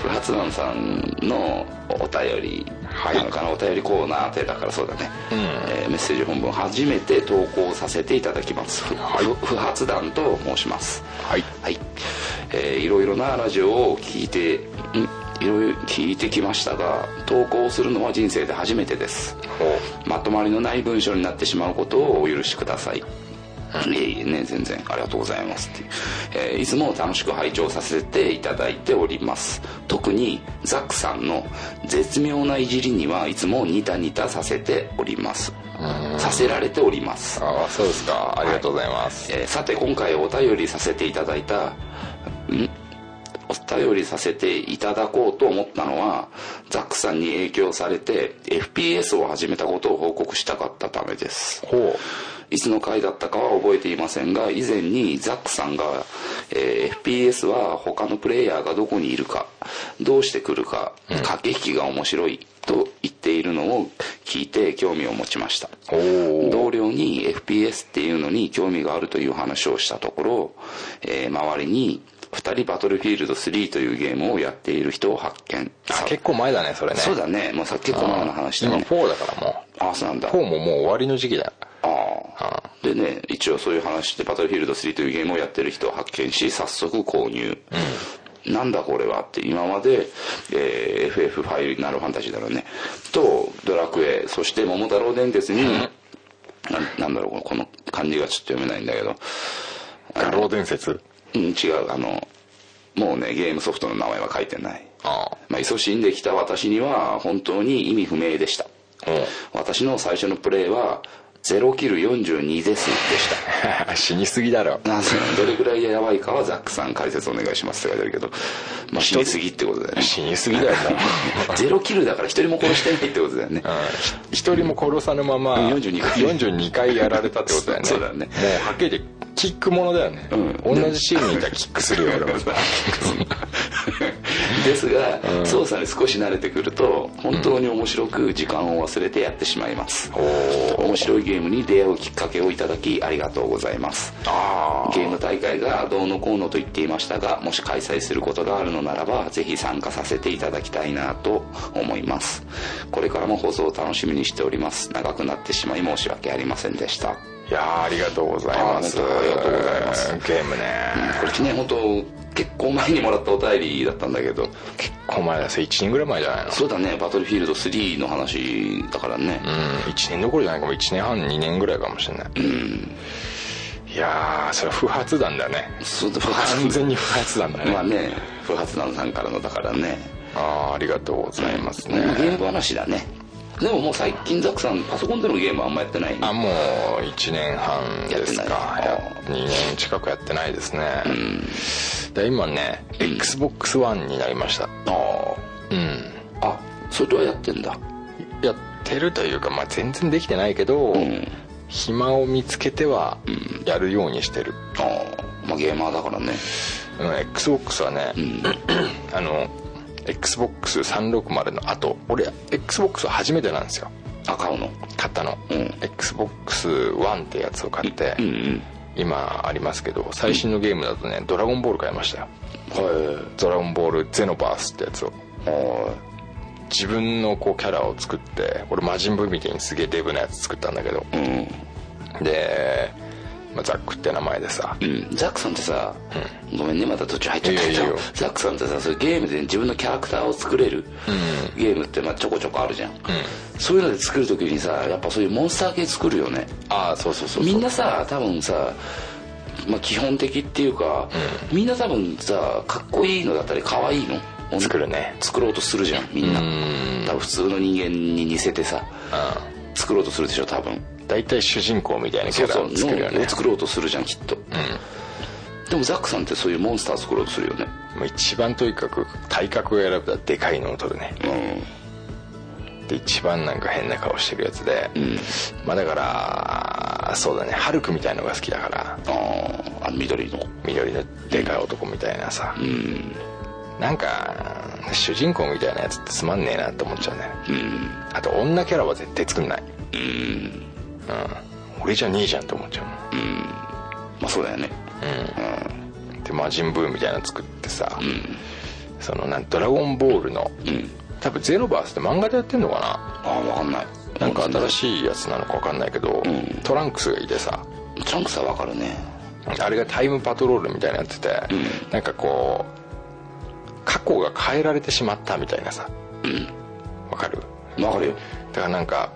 Speaker 3: 不発弾さんのお便り
Speaker 4: はい
Speaker 3: なのかな、お便りコーナーってだからそうだね、えーメッセージ本文初めて投稿させていただきます、ふふ不発弾と申します
Speaker 4: はい
Speaker 3: はい、えーいろいろなラジオを聞いてんいろいろ聞いてきましたが投稿するのは人生で初めてですまとまりのない文章になってしまうことをお許しくださいいえいえね全然ありがとうございますって、えーいつも楽しく拝聴させていただいております特にザックさんの絶妙ないじりにはいつもニタニタさせておりますさせられております
Speaker 4: ああそうですかありがとうございます、
Speaker 3: えーさて今回お便りさせていただいたんお便りさせていただこうと思ったのはザックさんに影響されて FPS を始めたことを報告したかったためです
Speaker 4: ほう
Speaker 3: いつの回だったかは覚えていませんが以前にザックさんが、えー FPS は他のプレイヤーがどこにいるかどうしてくるか、駆け引きが面白いと言っているのを聞いて興味を持ちました
Speaker 4: おー
Speaker 3: 同僚に FPS っていうのに興味があるという話をしたところ、えー周りに2人バトルフィールド3というゲームをやっている人を発見
Speaker 4: あ
Speaker 3: さ
Speaker 4: 結構前だねそれね
Speaker 3: そうだねもうさっきこのような話だ
Speaker 4: 今
Speaker 3: ね
Speaker 4: 4だからも
Speaker 3: ああそうなん
Speaker 4: う
Speaker 3: だ
Speaker 4: 4ももう終わりの時期だ
Speaker 3: ああでね一応そういう話で「バトルフィールド3」というゲームをやってる人を発見し早速購入、なんだこれはって今まで、えー FF5 なるファンタジーだろうねと「ドラクエ」そして「桃太郎電鉄に」ななんだろうこの漢字がちょっと読めないんだけど
Speaker 4: 画廊伝説
Speaker 3: うん違うあのもうねゲームソフトの名前は書いてない
Speaker 4: ああ
Speaker 3: まあ、勤しんできた私には本当に意味不明でした、
Speaker 4: うん
Speaker 3: 私の最初のプレイは0キル42ですでした
Speaker 4: 死にすぎだろ
Speaker 3: なんすかどれくらいやばいかはザックさん解説お願いしますって書いてあるけど、まあ、死にすぎってことだよね
Speaker 4: 死にすぎだよ な
Speaker 3: ゼロキルだから一人も殺してないってことだよね
Speaker 4: 一人も殺さぬまま
Speaker 3: 42回
Speaker 4: 42回やられたってことだよね
Speaker 3: そうだね
Speaker 4: もうはっきりキックものだよね、
Speaker 3: うん
Speaker 4: 同じシーンにいたらキックするよ俺も
Speaker 3: ですが、操作に少し慣れてくると本当に面白く時間を忘れてやってしまいます、面白いゲームに出会うきっかけをいただきありがとうございますゲーム大会がどうのこうのと言っていましたがもし開催することがあるのならばぜひ参加させていただきたいなと思いますこれからも放送を楽しみにしております長くなってしまい申し訳ありませんでした
Speaker 4: いやーありがとうございます
Speaker 3: ありがとうございます
Speaker 4: ゲームね
Speaker 3: これね本当結構前にもらったお便りだったんだけど
Speaker 4: この前だそれ1年ぐらい前じゃないの
Speaker 3: そうだねバトルフィールド3の話だからね、
Speaker 4: うん1年どころじゃないかも1年半2年ぐらいかもしれない、いやーそれは不発弾だね
Speaker 3: そうだ
Speaker 4: 完全に不発弾だね、
Speaker 3: まあね不発弾さんからのだからね
Speaker 4: あーありがとうございますね、
Speaker 3: ゲーム話だねでももう最近ザクさんパソコンでのゲームはあんまやってないね
Speaker 4: あもう1年半ですか
Speaker 3: や
Speaker 4: や
Speaker 3: ってない
Speaker 4: 2年近くやってないですね、で今ね XBOX1 になりました
Speaker 3: あ
Speaker 4: うん
Speaker 3: ああそれはやってんだ
Speaker 4: やってるというか、まあ、全然できてないけど、
Speaker 3: ん
Speaker 4: 暇を見つけてはやるようにしてる、
Speaker 3: ああまあゲーマーだからね
Speaker 4: うん、XBOX はね、あの XBOX360 の後俺 XBOX は初めてなんですよ
Speaker 3: あ買うの
Speaker 4: 買ったの、
Speaker 3: うん
Speaker 4: XBOX1 ってやつを買って、
Speaker 3: うんうん
Speaker 4: 今ありますけど最新のゲームだとね「ドラゴンボール」買いましたよ
Speaker 3: は
Speaker 4: ドラゴンボールゼノバースってやつを
Speaker 3: いは
Speaker 4: 自分のこうキャラを作って俺魔人ブーみたいにすげえデブなやつ作ったんだけど
Speaker 3: いうん
Speaker 4: で、まあ、ザックって名前でさ
Speaker 3: うん、ザックさんってさ、ごめんねまた途中入っちゃったけ
Speaker 4: いい
Speaker 3: ど
Speaker 4: よいいよ
Speaker 3: ザックさんってさそういうゲームで自分のキャラクターを作れる、ゲームってまあちょこちょこあるじゃん、そういうので作るときにさやっぱそういうモンスター系作るよね
Speaker 4: ああそうそうそ
Speaker 3: みんなさ多分さ、まあ、基本的っていうか、みんな多分さかっこいいのだったり可愛いの
Speaker 4: 作るね
Speaker 3: 作ろうとするじゃんみんな多分普通の人間に似せてさ作ろうとするでしょ多分
Speaker 4: 大体主人公みたいなキ
Speaker 3: そう
Speaker 4: ャラ
Speaker 3: そう
Speaker 4: を作るよ
Speaker 3: の
Speaker 4: ね
Speaker 3: を作ろうとするじゃんきっと、でもザックさんってそういうモンスター作ろうとするよね
Speaker 4: もう一番とにかく体格を選ぶとでかいのを取るね
Speaker 3: う
Speaker 4: で一番なんか変な顔してるやつで、
Speaker 3: んうん
Speaker 4: まあだからそうだねハルクみたいのが好きだから
Speaker 3: あーあの緑の
Speaker 4: 緑のでかい男みたいなさ、
Speaker 3: うん
Speaker 4: なんか主人公みたいなやつってつまんねえなって思っちゃうね
Speaker 3: うん
Speaker 4: あと女キャラは絶対作んない
Speaker 3: うん
Speaker 4: うん俺じゃねえじゃんと思っちゃう
Speaker 3: まあそうだよね
Speaker 4: もんで魔人ブーみたいなの作ってさ、そのなんドラゴンボールの、
Speaker 3: うん
Speaker 4: 多分ゼロバースって漫画でやってんのか
Speaker 3: ああ分かんない
Speaker 4: ななんか新
Speaker 3: い
Speaker 4: しいやつなのか分かんないけど、
Speaker 3: ん
Speaker 4: トランクスがいてさ
Speaker 3: トランクスは分かるね
Speaker 4: あれがタイムパトロールみたいなのやってて、なんかこう過去が変えられてしまったみたいなさわ、かる
Speaker 3: 分かるよ
Speaker 4: だからなんか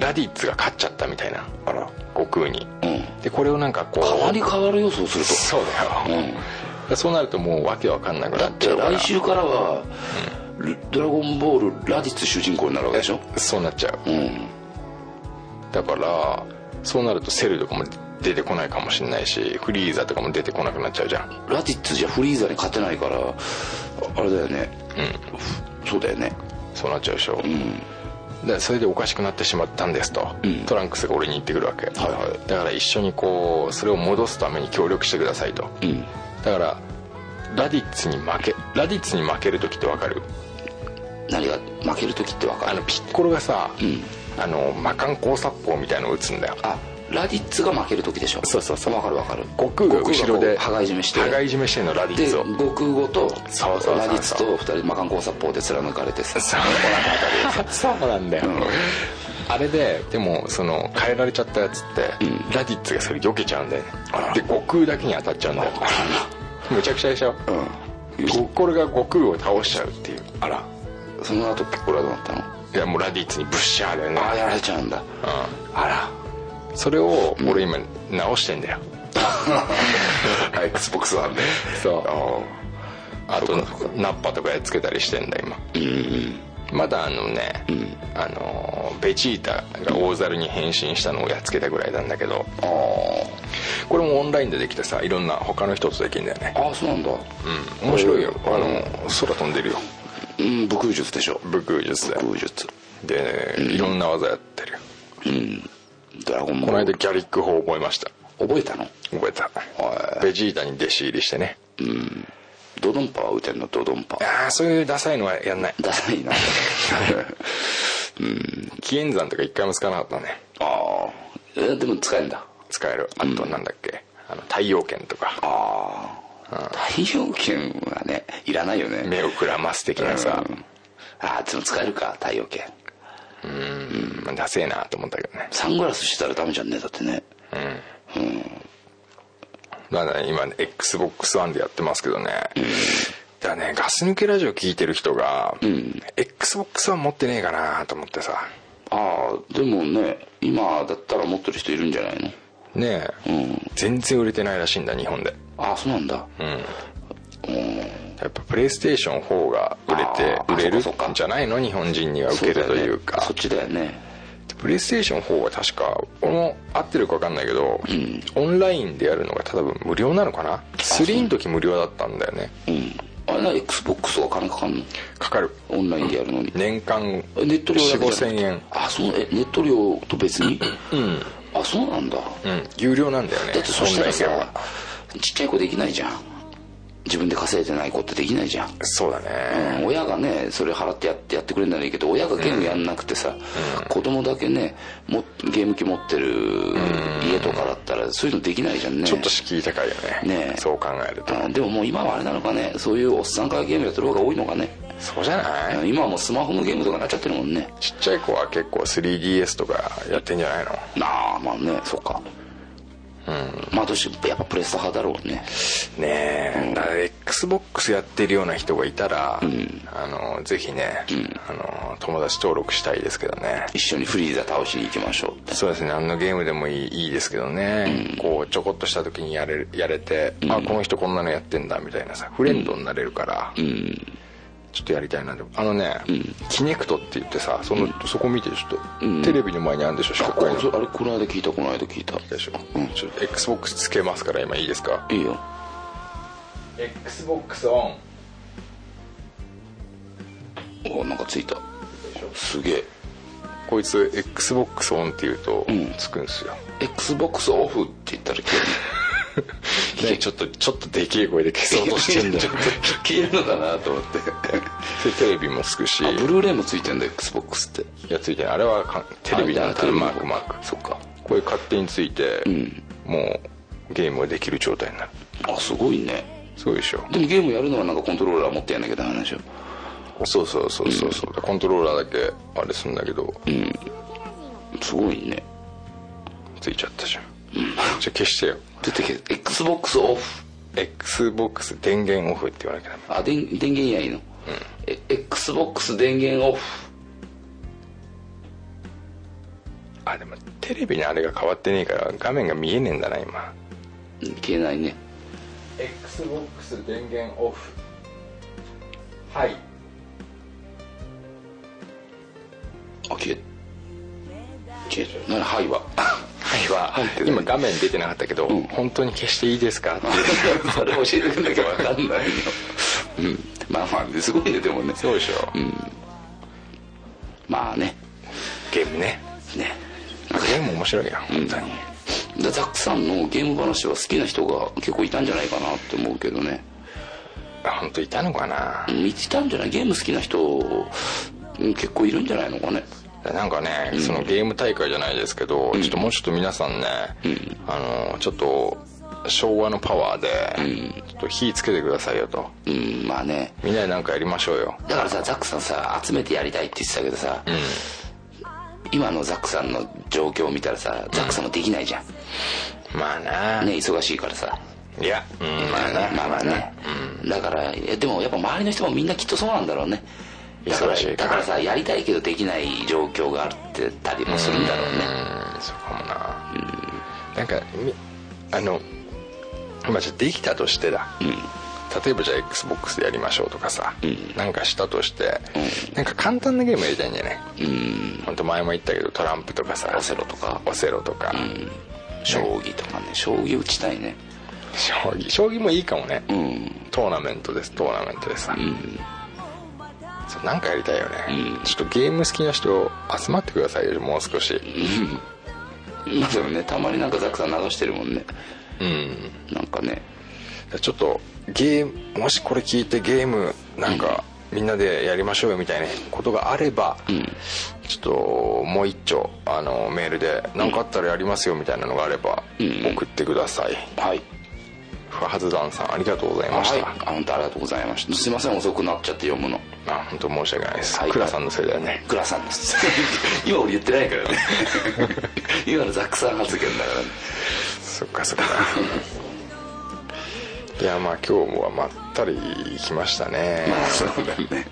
Speaker 4: ラディッツが勝っちゃったみたいな
Speaker 3: あら
Speaker 4: 悟空に
Speaker 3: うん
Speaker 4: でこれをなんかこう
Speaker 3: 変わり変わるよそうすると
Speaker 4: そうだよ、でそうなるともうわけわかんなく
Speaker 3: だ
Speaker 4: な
Speaker 3: っ
Speaker 4: っち
Speaker 3: て
Speaker 4: ゃうから
Speaker 3: 来週からは「ルドラゴンボール」ラディッツ主人公になるわけでしょ
Speaker 4: そうなっちゃう
Speaker 3: うん
Speaker 4: だからそうなるとセルとかも出てこないかもしれないしフリーザとかも出てこなくなっちゃうじゃん
Speaker 3: ラディッツじゃフリーザに勝てないからああれだよねうんそうだよね
Speaker 4: そうなっちゃうでしょ、
Speaker 3: うん
Speaker 4: でそれでおかしくなってしまったんですと、
Speaker 3: うん
Speaker 4: トランクスが俺に言ってくるわけ、
Speaker 3: いはい
Speaker 4: だから一緒にこうそれを戻すために協力してくださいと
Speaker 3: うん
Speaker 4: だからラディッツに負けラディッツに負ける時ってわかる
Speaker 3: 何が負ける時って分か
Speaker 4: あの
Speaker 3: る
Speaker 4: ピッコロがさ、
Speaker 3: うん
Speaker 4: あの魔漢光殺法みたいのを打つんだよ
Speaker 3: あラディッツが負ける時でしょ
Speaker 4: そうそうそう
Speaker 3: 分かる分かる
Speaker 4: 悟空が後ろで
Speaker 3: 羽交い締めして
Speaker 4: 羽交い締めしてんのラディッ
Speaker 3: で
Speaker 4: ツを
Speaker 3: 悟空語と
Speaker 4: そうそうそうそう
Speaker 3: ラディッツと二人魔漢光殺法で貫かれてさ
Speaker 4: そうそうなんだよ、あれででもその変えられちゃったやつって、
Speaker 3: うん
Speaker 4: ラディッツがそれ避けちゃうんだよね
Speaker 3: あら
Speaker 4: で悟空だけに当たっちゃうんだよむちゃくちゃでしょ
Speaker 3: うん
Speaker 4: ピッコロが悟空を倒しちゃうっていう
Speaker 3: あらその後ピッコロはどうなったの
Speaker 4: いやもうラディッツにブッシャーだよね
Speaker 3: ああやられちゃうんだ
Speaker 4: うん、あらそれを俺今直してんだよ、
Speaker 3: XBOX はね
Speaker 4: そうあと
Speaker 3: そっかそっか
Speaker 4: ナッパとかやっつけたりしてんだ今
Speaker 3: うんうん
Speaker 4: まだあのね、あのベジータが大猿に変身したのをやっつけたぐらいなんだけど
Speaker 3: あ
Speaker 4: これもオンラインでできてさいろんな他の人とできるんだよね
Speaker 3: あああそうなんだ
Speaker 4: うん面白いよあ
Speaker 3: うん
Speaker 4: の空飛んでるよ
Speaker 3: うん武空術でしょ
Speaker 4: 武空術
Speaker 3: 武空術
Speaker 4: ででいろんな技やってるよ
Speaker 3: ドラゴンボ
Speaker 4: この
Speaker 3: ー
Speaker 4: 間
Speaker 3: ル
Speaker 4: ギャリック法覚えました
Speaker 3: 覚えたの
Speaker 4: 覚えた
Speaker 3: はい
Speaker 4: ベジータに弟子入りしてね
Speaker 3: ドドンパは打てんのドドンパ
Speaker 4: ああそういうダサいのはやんない
Speaker 3: ダサ いな
Speaker 4: 紀元山とか一回も使わなかったね
Speaker 3: ああえでも使えんだ
Speaker 4: 使えるあとなんだっけ、あの太陽拳とか
Speaker 3: ああ太陽拳はねいらないよね
Speaker 4: 目をくらます的なさ、
Speaker 3: うんああでも使えるか太陽拳
Speaker 4: うんダセえなと思ったけどね
Speaker 3: サングラスしてたらダメじゃんねだってね
Speaker 4: まだ今 XBOX1 でやってますけどね、だからねガス抜けラジオ聞いてる人が、XBOX1 持ってねえかなと思ってさ
Speaker 3: ああでもね今だったら持ってる人いるんじゃないの
Speaker 4: ねえ、
Speaker 3: うん
Speaker 4: 全然売れてないらしいんだ日本で
Speaker 3: ああそうなんだ
Speaker 4: やっぱプレイステーション4が売れて
Speaker 3: あー
Speaker 4: 売れる
Speaker 3: そっかそっか
Speaker 4: んじゃないの日本人には受けるというか
Speaker 3: そだよねそっちだよね
Speaker 4: プレイステーション4は確か俺も合ってるか分かんないけど、オンラインでやるのが多分無料なのかな3の時無料だったんだよね
Speaker 3: うんあれな XBOX は金かかんの
Speaker 4: かかる
Speaker 3: オンラインでやるのに、
Speaker 4: 年間
Speaker 3: えネット料だけじゃなく
Speaker 4: 4000
Speaker 3: て
Speaker 4: 円
Speaker 3: あそうえネット料と別にうんあそうなんだ、
Speaker 4: うん有料なんだよね
Speaker 3: だってそしたら
Speaker 4: オンラインゲーム
Speaker 3: さ
Speaker 4: は
Speaker 3: ちっちゃい子できないじゃん自分で稼いでない子ってできないじゃん
Speaker 4: そうだね、
Speaker 3: 親がねそれ払ってやってやってくれるならいいけど親がゲームやんなくてさ、子供だけねもゲーム機持ってる家とかだったらそういうのできないじゃんね
Speaker 4: ちょっと敷居高いよね
Speaker 3: ねえ
Speaker 4: そう考えると、
Speaker 3: あでももう今はあれなのかねそういうおっさんからゲームやってる方が多いのかね、
Speaker 4: そうじゃない、
Speaker 3: 今はもうスマホのゲームとかになっちゃってるもんね
Speaker 4: ちっちゃい子は結構 3DS とかやってんじゃないの
Speaker 3: なあまあねそっかうんまあどうしてやっぱプレステ派だろうね
Speaker 4: ねえ、だから XBOX やってるような人がいたら、あのぜひね、あの友達登録したいですけどね
Speaker 3: 一緒にフリーザ倒しに行きましょうって
Speaker 4: そうですね何のゲームでもいいいいですけどね、こうちょこっとした時にやれやれて、あこの人こんなのやってんだみたいなさフレンドになれるから、ちょっとやりたいなでもあのね、キネクトって言ってさその、そこ見てちょっと、テレビの前にあるんでしょ四
Speaker 3: あ
Speaker 4: 角いの
Speaker 3: あれこの間聞いたこの間聞いた
Speaker 4: でしょ、ちょっと XBOX つけますから今いいですか
Speaker 3: いいよ
Speaker 4: XBOX オン
Speaker 3: おなんかついたすげえ
Speaker 4: こいつ XBOX オンって言うと
Speaker 3: ん
Speaker 4: つくんすよ、
Speaker 3: XBOX オフって言 ったら消える
Speaker 4: ね ちょっとちょっとでけえ声で消 そうとしてんだよ
Speaker 3: 消えるのかなと思って
Speaker 4: でテレビもつくし
Speaker 3: あブルーレイもついてんだ XBOX って
Speaker 4: いやついてないあれはかテレビなん
Speaker 3: あ
Speaker 4: だ
Speaker 3: いや
Speaker 4: マークマーク
Speaker 3: そっか
Speaker 4: これ勝手について、もうゲームができる状態になる
Speaker 3: あすごいね
Speaker 4: そうでしょ
Speaker 3: でもゲームやるのはなんかコントローラー持ってやんなきゃダメなんでしょ
Speaker 4: そうそうそうそうそうコントローラーだけあれすんだけど、
Speaker 3: すごいね
Speaker 4: ついちゃったじゃん、じゃあ消してよ
Speaker 3: 出てけ XBOX オフ
Speaker 4: XBOX 電源オフって言わなきゃダメ
Speaker 3: あでん電源やいいの、え XBOX 電源オフ
Speaker 4: あでもテレビのあれが変わってねえから画面が見えねえんだな今
Speaker 3: うん消えないね
Speaker 4: XBOX 電源オフはい
Speaker 3: あ消え消えなはいは
Speaker 4: はいは、今画面出てなかったけど、本当に消していいですかって
Speaker 3: それ教えてくれなきゃ分かんないようんまあまあすごいねでもね
Speaker 4: そうでしょ、
Speaker 3: まあね
Speaker 4: ゲームね
Speaker 3: ね
Speaker 4: ゲーム面白いよ本当に、
Speaker 3: でザックさんのゲーム話は好きな人が結構いたんじゃないかなって思うけどね
Speaker 4: あ本当いたのかな
Speaker 3: う、んいたんじゃないゲーム好きな人うん結構いるんじゃないのかね
Speaker 4: なんかね、そのゲーム大会じゃないですけど、ちょっともうちょっと皆さんね、あのちょっと昭和のパワーで、ちょっと火つけてくださいよと
Speaker 3: うんまあね
Speaker 4: みんなでなんかやりましょうよ
Speaker 3: だからさザックさんさ集めてやりたいって言ってたけどさ、今のザックさんの状況を見たらさザックさんもできないじゃん、
Speaker 4: まあな、
Speaker 3: ね忙しいからさ
Speaker 4: いや、うん、まあな
Speaker 3: まあまあね、だからえでもやっぱ周りの人もみんなきっとそうなんだろうねだから
Speaker 4: 忙しいか
Speaker 3: だ
Speaker 4: ら
Speaker 3: からさやりたいけどできない状況があってたりもするんだろうね
Speaker 4: うんそうかもな、なんかみあのまあじゃあできたとしてだ、例えばじゃあ XBOX でやりましょうとかさ、なんかしたとして、なんか簡単なゲームやりたいんじゃない、
Speaker 3: うん
Speaker 4: 本当前も言ったけどトランプとかさ
Speaker 3: オセロとか
Speaker 4: オセロとか、
Speaker 3: 将棋とかね将棋打ちたいね
Speaker 4: 将棋将棋もいいかもね、
Speaker 3: うん
Speaker 4: トーナメントですトーナメントでさ、そうなんかやりたいよね、ちょっとゲーム好きな人集まってくださいよもう少し、
Speaker 3: まあでもねたまになんかザックさん流してるもんね
Speaker 4: うん
Speaker 3: なんかね
Speaker 4: ちょっとゲームもしこれ聞いてゲームなんかみんなでやりましょうよみたいなことがあれば、ちょっともう一丁あのメールで何かあったらやりますよみたいなのがあれば
Speaker 3: うん
Speaker 4: 送ってください、
Speaker 3: はい
Speaker 4: 不発弾さんありがとうございました、
Speaker 3: はいあ本当ありがとうございましたすいません遅くなっちゃって読むの
Speaker 4: あ本当申し訳ないです、
Speaker 3: はい
Speaker 4: クラさんのせいだよね
Speaker 3: グラさんです 今俺言ってないからね 今のザックさん発言だからね
Speaker 4: そっか そっかいやまあ今日はまったりきましたね、
Speaker 3: まあそうだね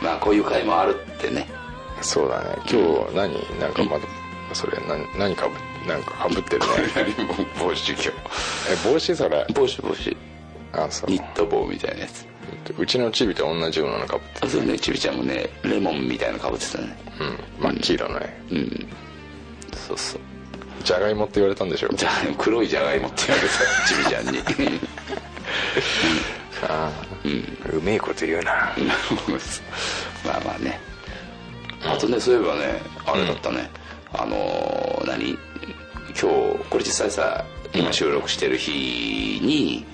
Speaker 3: まあこういう回もあるってね
Speaker 4: そうだね今日何なんかまだそれ何何かぶなんかかぶってるね
Speaker 3: 帽子今
Speaker 4: え帽子それ
Speaker 3: 日帽子帽子
Speaker 4: あそう
Speaker 3: ニット帽みたいなやつ
Speaker 4: うちのチビと同じようなのかぶって
Speaker 3: あそうねちびちゃんもねレモンみたいなのかぶってたね
Speaker 4: うん真っ黄色のね
Speaker 3: うんそうそう
Speaker 4: じゃがいもって言われたんでしょ
Speaker 3: じゃあ黒いじゃがいもって言われたちびちゃんに
Speaker 4: ああうめえこと言うな
Speaker 3: まあまあねあとねそういえばねあれだったね、あのー何今日これ実際さ今収録してる日に、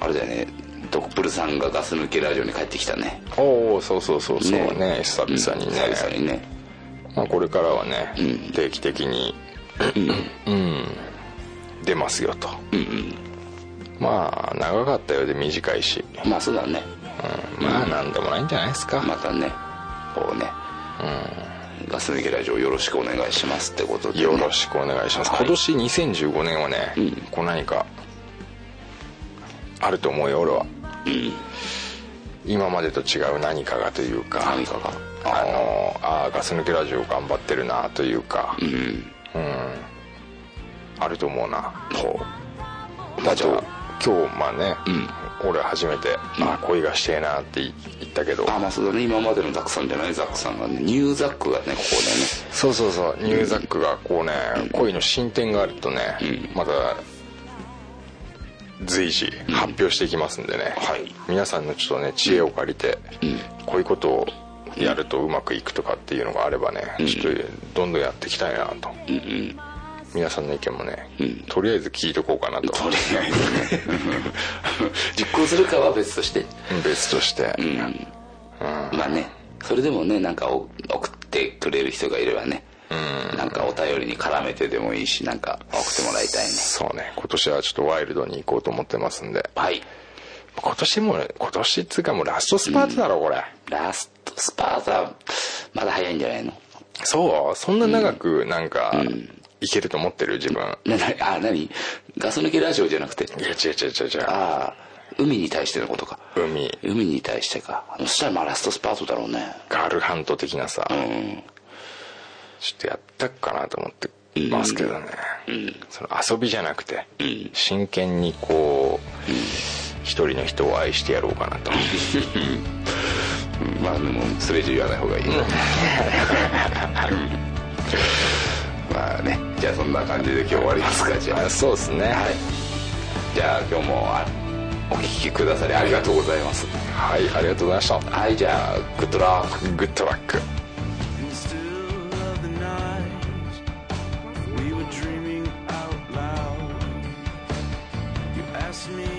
Speaker 3: あれだよねドクプルさんがガス抜けラジオに帰ってきたね
Speaker 4: おおそうそうそうそうね久々にね
Speaker 3: うん、久々にね
Speaker 4: まあ、これからはね、定期的にうん出ますよとまあ長かったようで短いし、
Speaker 3: まあそうだね
Speaker 4: うん、まあなんでもないんじゃないですか、
Speaker 3: またねこうね、ガス抜けラジオよろしくお願いしますってことで、ね、
Speaker 4: よろしくお願いします、
Speaker 3: はい
Speaker 4: 今年2015年はね、こう何かあると思うよ俺は、今までと違う何かがというか
Speaker 3: 何かが
Speaker 4: あのあーガス抜けラジオ頑張ってるなというか、うんあると思うな
Speaker 3: ほ
Speaker 4: だ
Speaker 3: あ
Speaker 4: って
Speaker 3: じゃあ
Speaker 4: 今日まあね、俺初めて「あー恋がしてえな」って言ったけど
Speaker 3: あまあそうだね今までのザックさんじゃないザックさんがねニューザックがねこ こでね
Speaker 4: そうそうそうニューザックがこうね、恋の進展があるとね、また随時発表していきますんでね、
Speaker 3: はい
Speaker 4: 皆さんのちょっとね知恵を借りて、こういうことをやるとうまくいくとかっていうのがあればね、ちょっとどんどんやっていきたいなと、皆さんの意見もね、とりあえず聞いとこうかなと
Speaker 3: とりあえずね 実行するかは別として
Speaker 4: 別として、
Speaker 3: まあねそれでもねなんかお送ってくれる人がいればねなんかお便りに絡めてでもいいしなんか送ってもらいたいね
Speaker 4: そうね今年はちょっとワイルドに行こうと思ってますんで
Speaker 3: はい
Speaker 4: 今年も今年っつうかもうラストスパートだろこれ、
Speaker 3: ラストスパートはまだ早いんじゃないの
Speaker 4: そうそんな長くなんか、いけると思ってる自分、
Speaker 3: なな あ何ガス抜けラジオじゃなくて
Speaker 4: いや違う違う違う違う
Speaker 3: ああ海に対してのことか
Speaker 4: 海
Speaker 3: 海に対してかそしたらまあラストスパートだろうね
Speaker 4: ガールハント的なさ、
Speaker 3: うん
Speaker 4: ちょっとやったっかなと思ってますけどね、その遊びじゃなくて、真剣にこう、一人の人を愛してやろうかなと
Speaker 3: まあでもそれ以上言わない方がいいなまあねじゃあそんな感じで今日終わりますかじゃあ
Speaker 4: そうですねはい
Speaker 3: じゃあ今日もあお聞きくださりありがとうございます
Speaker 4: はいありがとうございました
Speaker 3: はいじゃあグッドラック
Speaker 4: グッドラック
Speaker 5: In the still of the night, we were dreaming out loud. You asked me